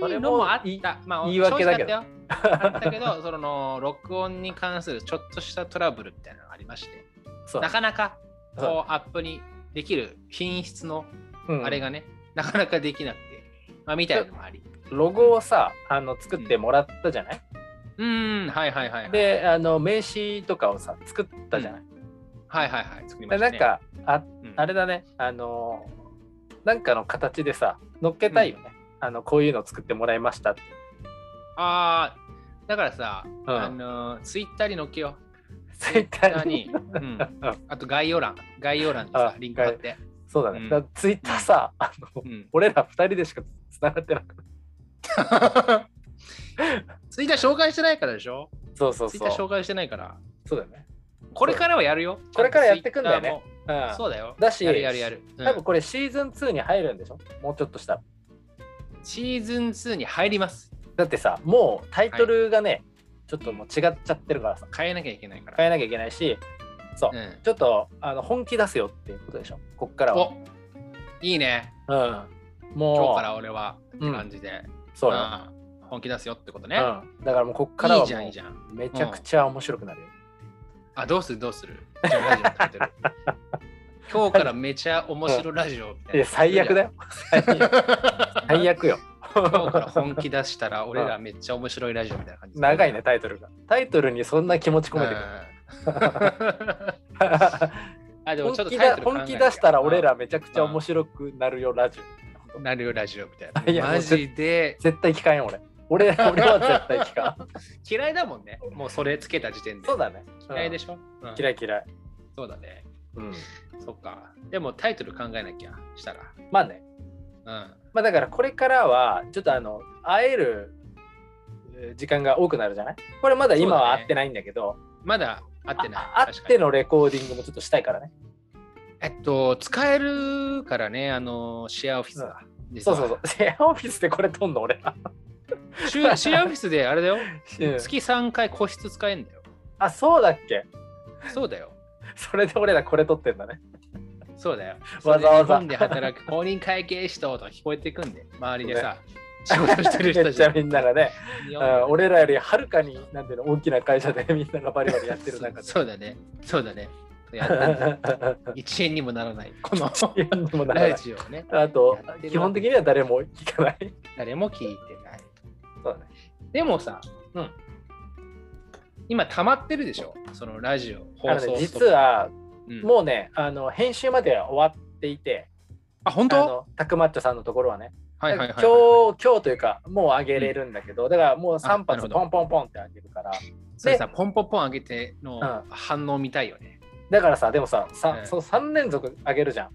Speaker 1: いのもあった。まあ、
Speaker 2: 言い訳だけど
Speaker 1: 調子だったよ。あったけど、 [laughs] その録音に関するちょっとしたトラブルみたいなのがありまして、
Speaker 2: そう
Speaker 1: なかなか
Speaker 2: そう
Speaker 1: こうアップにできる品質の
Speaker 2: うん
Speaker 1: あれがね、なかなかできなくて、まあ、みたいなのもあり。
Speaker 2: ロゴをさあの作ってもらったじゃない、
Speaker 1: うん、はいはいはい、はい。、
Speaker 2: であの名刺とかをさ作ったじゃない、
Speaker 1: はいはいはい。作りま
Speaker 2: で
Speaker 1: した、
Speaker 2: なん
Speaker 1: ね。
Speaker 2: かあ
Speaker 1: うん
Speaker 2: あれだねあのなんかの形でさ乗っけたいよね、あのこういうの作ってもらいましたって
Speaker 1: ああ、だからさ、
Speaker 2: うん
Speaker 1: あのツイッターに載っけよう。
Speaker 2: ツイッターに
Speaker 1: に、
Speaker 2: [laughs]
Speaker 1: うん、あと概要欄、概要欄にさ
Speaker 2: あ、
Speaker 1: リンク貼って。
Speaker 2: そうだね、
Speaker 1: うん
Speaker 2: だツイッターさ、あの
Speaker 1: うん、
Speaker 2: 俺ら二人でしかつながってなくて
Speaker 1: ツイッター紹介してないからでしょ
Speaker 2: そうそう
Speaker 1: ツイッ
Speaker 2: そ
Speaker 1: タ
Speaker 2: う
Speaker 1: ー紹介してないから。
Speaker 2: そうだよね、
Speaker 1: これからはやるよ。
Speaker 2: これからやってくんだよね
Speaker 1: Twitter も。
Speaker 2: うん、
Speaker 1: そうだよ。
Speaker 2: だし
Speaker 1: やるやるやる。うん
Speaker 2: 多分これシーズン2に入るんでしょもうちょっとしたら
Speaker 1: シーズン2に入ります。
Speaker 2: だってさもうタイトルがね、ちょっともう違っちゃってるからさ
Speaker 1: 変えなきゃいけないから。
Speaker 2: 変えなきゃいけないしそう、
Speaker 1: うん、
Speaker 2: ちょっとあの本気出すよっていうことでしょこっからは
Speaker 1: おいいね。
Speaker 2: うんもう
Speaker 1: 今日から俺はって
Speaker 2: うん
Speaker 1: 感じで、
Speaker 2: そうよ、
Speaker 1: うん本気出すよってこと
Speaker 2: う
Speaker 1: ね。
Speaker 2: ん、だからもうこっから
Speaker 1: い
Speaker 2: はい
Speaker 1: じゃん、
Speaker 2: も
Speaker 1: いいじゃん。
Speaker 2: うめちゃくちゃ面白くなるよ、
Speaker 1: あ、どうするどうするじゃあラジオ立て
Speaker 2: [laughs]
Speaker 1: る今日からめちゃ面白ラジオみたいな。
Speaker 2: いや最悪だよ最悪
Speaker 1: [laughs]
Speaker 2: 最悪よ
Speaker 1: 今日から本気出したら俺らめっちゃ面白いラジオみたいな感じ。
Speaker 2: 長いねタイトルがタイトルにそんな気持ち込めてくる
Speaker 1: うん [laughs] あ、でもちょっと
Speaker 2: 本気
Speaker 1: タイ
Speaker 2: だ
Speaker 1: トル考え
Speaker 2: 本
Speaker 1: なき
Speaker 2: 気
Speaker 1: ゃ
Speaker 2: 出したら俺らめちゃくちゃ面白くなるよラジオ
Speaker 1: なるよラジオみた
Speaker 2: [laughs] い
Speaker 1: い
Speaker 2: や
Speaker 1: な。マジで
Speaker 2: 絶対聞かんよ俺
Speaker 1: [laughs]
Speaker 2: 俺俺は絶対聞かん
Speaker 1: 嫌いだもんね。もう [laughs] それつけた時点で。
Speaker 2: そうだね
Speaker 1: 嫌いで
Speaker 2: し
Speaker 1: しょ、うん
Speaker 2: 嫌い嫌い、
Speaker 1: そうだね。
Speaker 2: うん、
Speaker 1: そっか。でもタイトル考えなきゃしたら。
Speaker 2: まあね
Speaker 1: うん。
Speaker 2: まあだからこれからはちょっとあの会えるえー時間が多くなるじゃないこれまだ今
Speaker 1: そう
Speaker 2: は
Speaker 1: だね
Speaker 2: 会ってないんだけど
Speaker 1: まだ合ってない。
Speaker 2: あ会
Speaker 1: 確
Speaker 2: っ
Speaker 1: かに
Speaker 2: てのレコーディングもちょっとしたいからね
Speaker 1: えっと、使えるからね、あの、シェアオフィスが。実
Speaker 2: そう
Speaker 1: は
Speaker 2: そう [laughs] そうシェアオフィスでこれ撮んの俺ら
Speaker 1: シェアシェアオフィスであれだよ。
Speaker 2: [laughs] うん
Speaker 1: 月3回個室使えんだよ。
Speaker 2: あそうだっけ
Speaker 1: そうだよ。
Speaker 2: それで俺らこれ撮ってんだね
Speaker 1: そうだよ。
Speaker 2: わざわざ
Speaker 1: それで日本で働く公認会計士とと聞こえてくんで、周りでさ、仕事してる
Speaker 2: め
Speaker 1: 人
Speaker 2: った
Speaker 1: ち
Speaker 2: ちゃみんながね
Speaker 1: 日本で
Speaker 2: うん俺らよりはるかになんていうの大きな会社でみんながバリバリやってる中で
Speaker 1: そそうだね。そうだね。やってんだ1円にもならない。
Speaker 2: [laughs]
Speaker 1: この
Speaker 2: いやでもならない
Speaker 1: ラジオをね、
Speaker 2: あと
Speaker 1: やってる
Speaker 2: 基本的には誰も聞かない
Speaker 1: 誰も聞いてない。
Speaker 2: そうだね
Speaker 1: でもさ、
Speaker 2: うん
Speaker 1: 今溜まってるでしょ、そのラジオ、放
Speaker 2: あ
Speaker 1: 送
Speaker 2: のね
Speaker 1: ストッ
Speaker 2: 実
Speaker 1: プ、
Speaker 2: は
Speaker 1: うん
Speaker 2: もうねあの編集までは終わっていて
Speaker 1: あ、本
Speaker 2: あ
Speaker 1: 当
Speaker 2: のタクマッチョさんのところはね
Speaker 1: はいはいはい、はい。
Speaker 2: 今日今日というかもう上げれるんだけどだからもう3
Speaker 1: なる
Speaker 2: 発
Speaker 1: ほど
Speaker 2: ポンポンポンって上げるから
Speaker 1: それさ、ポンポンポン上げての
Speaker 2: う
Speaker 1: 反応見たいよね。
Speaker 2: だからさでもささ
Speaker 1: うん
Speaker 2: その3連続上げるじゃん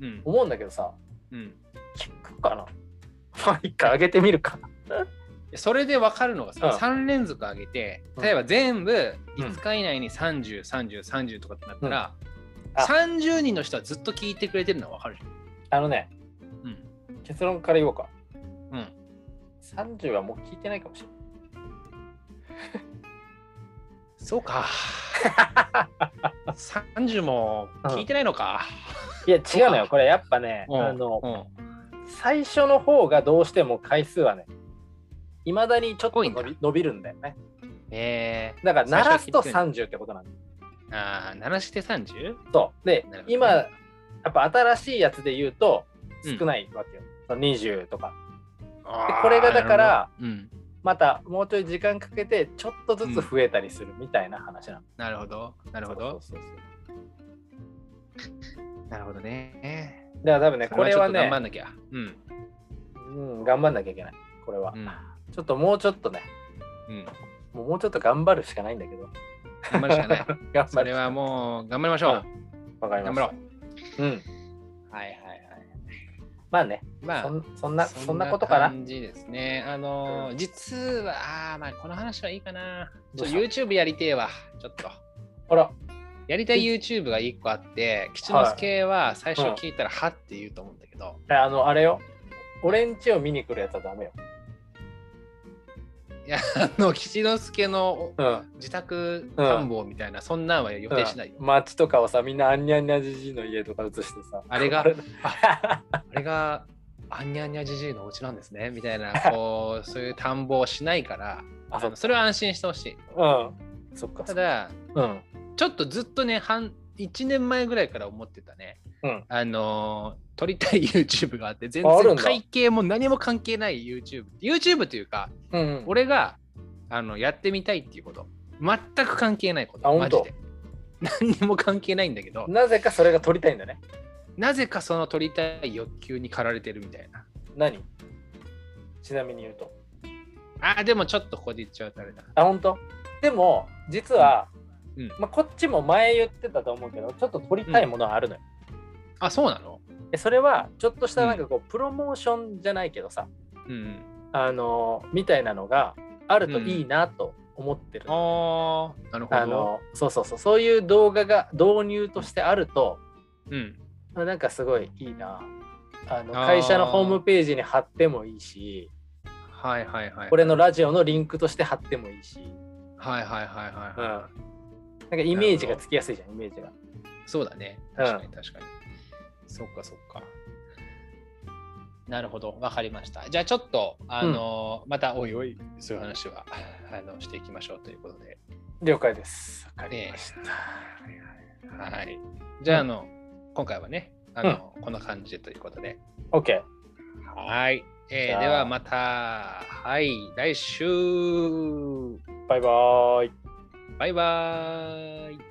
Speaker 1: うん、うん、
Speaker 2: 思うんだけどさ
Speaker 1: うん。
Speaker 2: 聞くかなまあ一回上げてみるか
Speaker 1: それで分かるのがさ、
Speaker 2: うん
Speaker 1: 3連続上げて、
Speaker 2: うん
Speaker 1: 例えば全部
Speaker 2: うん
Speaker 1: 5日以内に30、30、30とかってなったら、
Speaker 2: あ
Speaker 1: 30人の人はずっと聞いてくれてるのは分かるじ
Speaker 2: あのね
Speaker 1: ゃん。うん。
Speaker 2: 結論から言おうか
Speaker 1: うん、
Speaker 2: 30はもう聞いてないかもしれない
Speaker 1: そう
Speaker 2: [laughs]
Speaker 1: か。30も聞いてないのか。
Speaker 2: いや違うのよこれやっぱね
Speaker 1: うん
Speaker 2: あの
Speaker 1: うん
Speaker 2: 最初の方がどうしても回数はねいまだにちょっと
Speaker 1: 多いん
Speaker 2: 伸
Speaker 1: だ
Speaker 2: び伸びるんだよね
Speaker 1: え
Speaker 2: だから鳴らすと
Speaker 1: 最初は
Speaker 2: 30ってことなんだ
Speaker 1: ー、ああ、鳴らして 30?
Speaker 2: そうで
Speaker 1: なるほどね
Speaker 2: 今やっぱ新しいやつで言うと
Speaker 1: うん
Speaker 2: 少ないわけよ、その20とか
Speaker 1: あー
Speaker 2: これがだから、
Speaker 1: なるほどうん、
Speaker 2: またもうちょい時間かけてちょっとずつ増えたりするみたいな話なの、
Speaker 1: なるほど、なるほど、
Speaker 2: そうそうそう
Speaker 1: なるほどね。
Speaker 2: だから多分ねこれは
Speaker 1: ちょっと
Speaker 2: ね
Speaker 1: 頑張んなきゃ。うん、
Speaker 2: うん、頑張んなきゃいけないこれは、
Speaker 1: うん、
Speaker 2: ちょっともうちょっとね
Speaker 1: うん、
Speaker 2: もうもうちょっと頑張るしかないんだけど
Speaker 1: 頑張るしかない。
Speaker 2: [laughs] 頑
Speaker 1: そ
Speaker 2: 張
Speaker 1: れ
Speaker 2: る
Speaker 1: はもう頑張りましょう。
Speaker 2: わかりま
Speaker 1: 頑
Speaker 2: し
Speaker 1: 張ろ
Speaker 2: た
Speaker 1: う。
Speaker 2: うん
Speaker 1: はいはいはい。
Speaker 2: まあね、
Speaker 1: まあ
Speaker 2: そんそんなそんなことかな
Speaker 1: 感じですね。あのー、
Speaker 2: う
Speaker 1: 実は、あーまあ、この話はいいかな。ち
Speaker 2: ど
Speaker 1: ょ
Speaker 2: う
Speaker 1: っ
Speaker 2: し
Speaker 1: と
Speaker 2: た
Speaker 1: YouTube やりてえわ。ちょっと。
Speaker 2: あら
Speaker 1: やりたい YouTube が1個あって、吉之助は最初聞いたら、はって言うと思うんだけど、
Speaker 2: あのあれよ俺ん家を見に来るやつはダメよ、
Speaker 1: いや、あの、吉之助の
Speaker 2: うん
Speaker 1: 自宅探訪みたいな、そんなんは予定しないよ。
Speaker 2: うん街とかをさみんなあんにゃんにゃじじいの家とか映してさ
Speaker 1: あれが
Speaker 2: あ
Speaker 1: あれが、あんにゃんにゃじじいのお家なんですね、みたいな、こう、そういう探訪をしないから、
Speaker 2: [laughs] [laughs] あそ
Speaker 1: あのそれは安心してほしい。
Speaker 2: うんそっか
Speaker 1: ただ、
Speaker 2: うん
Speaker 1: ちょっとずっとね、半1年前ぐらいから思ってたね、
Speaker 2: うん
Speaker 1: あのー撮りたい YouTube があって、全
Speaker 2: あある
Speaker 1: 然
Speaker 2: んだ
Speaker 1: 会計も何も関係ない YouTube。YouTube というか、
Speaker 2: うんうん
Speaker 1: 俺があのやってみたいっていうこと、全く関係ないこと、
Speaker 2: あ
Speaker 1: マ
Speaker 2: 本
Speaker 1: ジ
Speaker 2: 当
Speaker 1: で。何にも関係ないんだけど、
Speaker 2: なぜかそれが撮りたいんだね
Speaker 1: なぜかその撮りたい欲求に駆られてるみたいな。
Speaker 2: 何ちなみに言うと
Speaker 1: あ、でもちょっとここで言っちゃうとあれだ。
Speaker 2: あ本当でも実は、
Speaker 1: うん
Speaker 2: まあ、こっちも前言ってたと思うけどちょっと撮りたいものはあるのよ、
Speaker 1: あ、そうなの
Speaker 2: でそれはちょっとしたなんかこう、プロモーションじゃないけどさ
Speaker 1: うん。
Speaker 2: あのみたいなのがあるといいなと思ってる、
Speaker 1: ああ、なるほ
Speaker 2: あ
Speaker 1: ど。
Speaker 2: のそうそうそうそういう動画が導入としてあると
Speaker 1: うん。
Speaker 2: まあなんかすごいいいなあの
Speaker 1: あー
Speaker 2: 会社のホームページに貼ってもいいし
Speaker 1: はいはいはい。
Speaker 2: これのラジオのリンクとして貼ってもいいし、
Speaker 1: はいはいはいはい
Speaker 2: うん、
Speaker 1: はい。
Speaker 2: なんかイメージがつきやすいじゃんイメージが
Speaker 1: そうだね。
Speaker 2: うん
Speaker 1: 確かに確かに。そっかそっか。なるほど、わかりました。じゃあちょっと、あのーまたおいおい、そういう話は [laughs] あのしていきましょうということで。
Speaker 2: 了解ですわかりました、
Speaker 1: はい。じゃあ、あの、今回はね、あの、こんな感じでということで。
Speaker 2: OK
Speaker 1: はい。え
Speaker 2: じ
Speaker 1: ー、
Speaker 2: ゃあ
Speaker 1: ではまた、はい、来週
Speaker 2: バイバーイ
Speaker 1: バイバーイ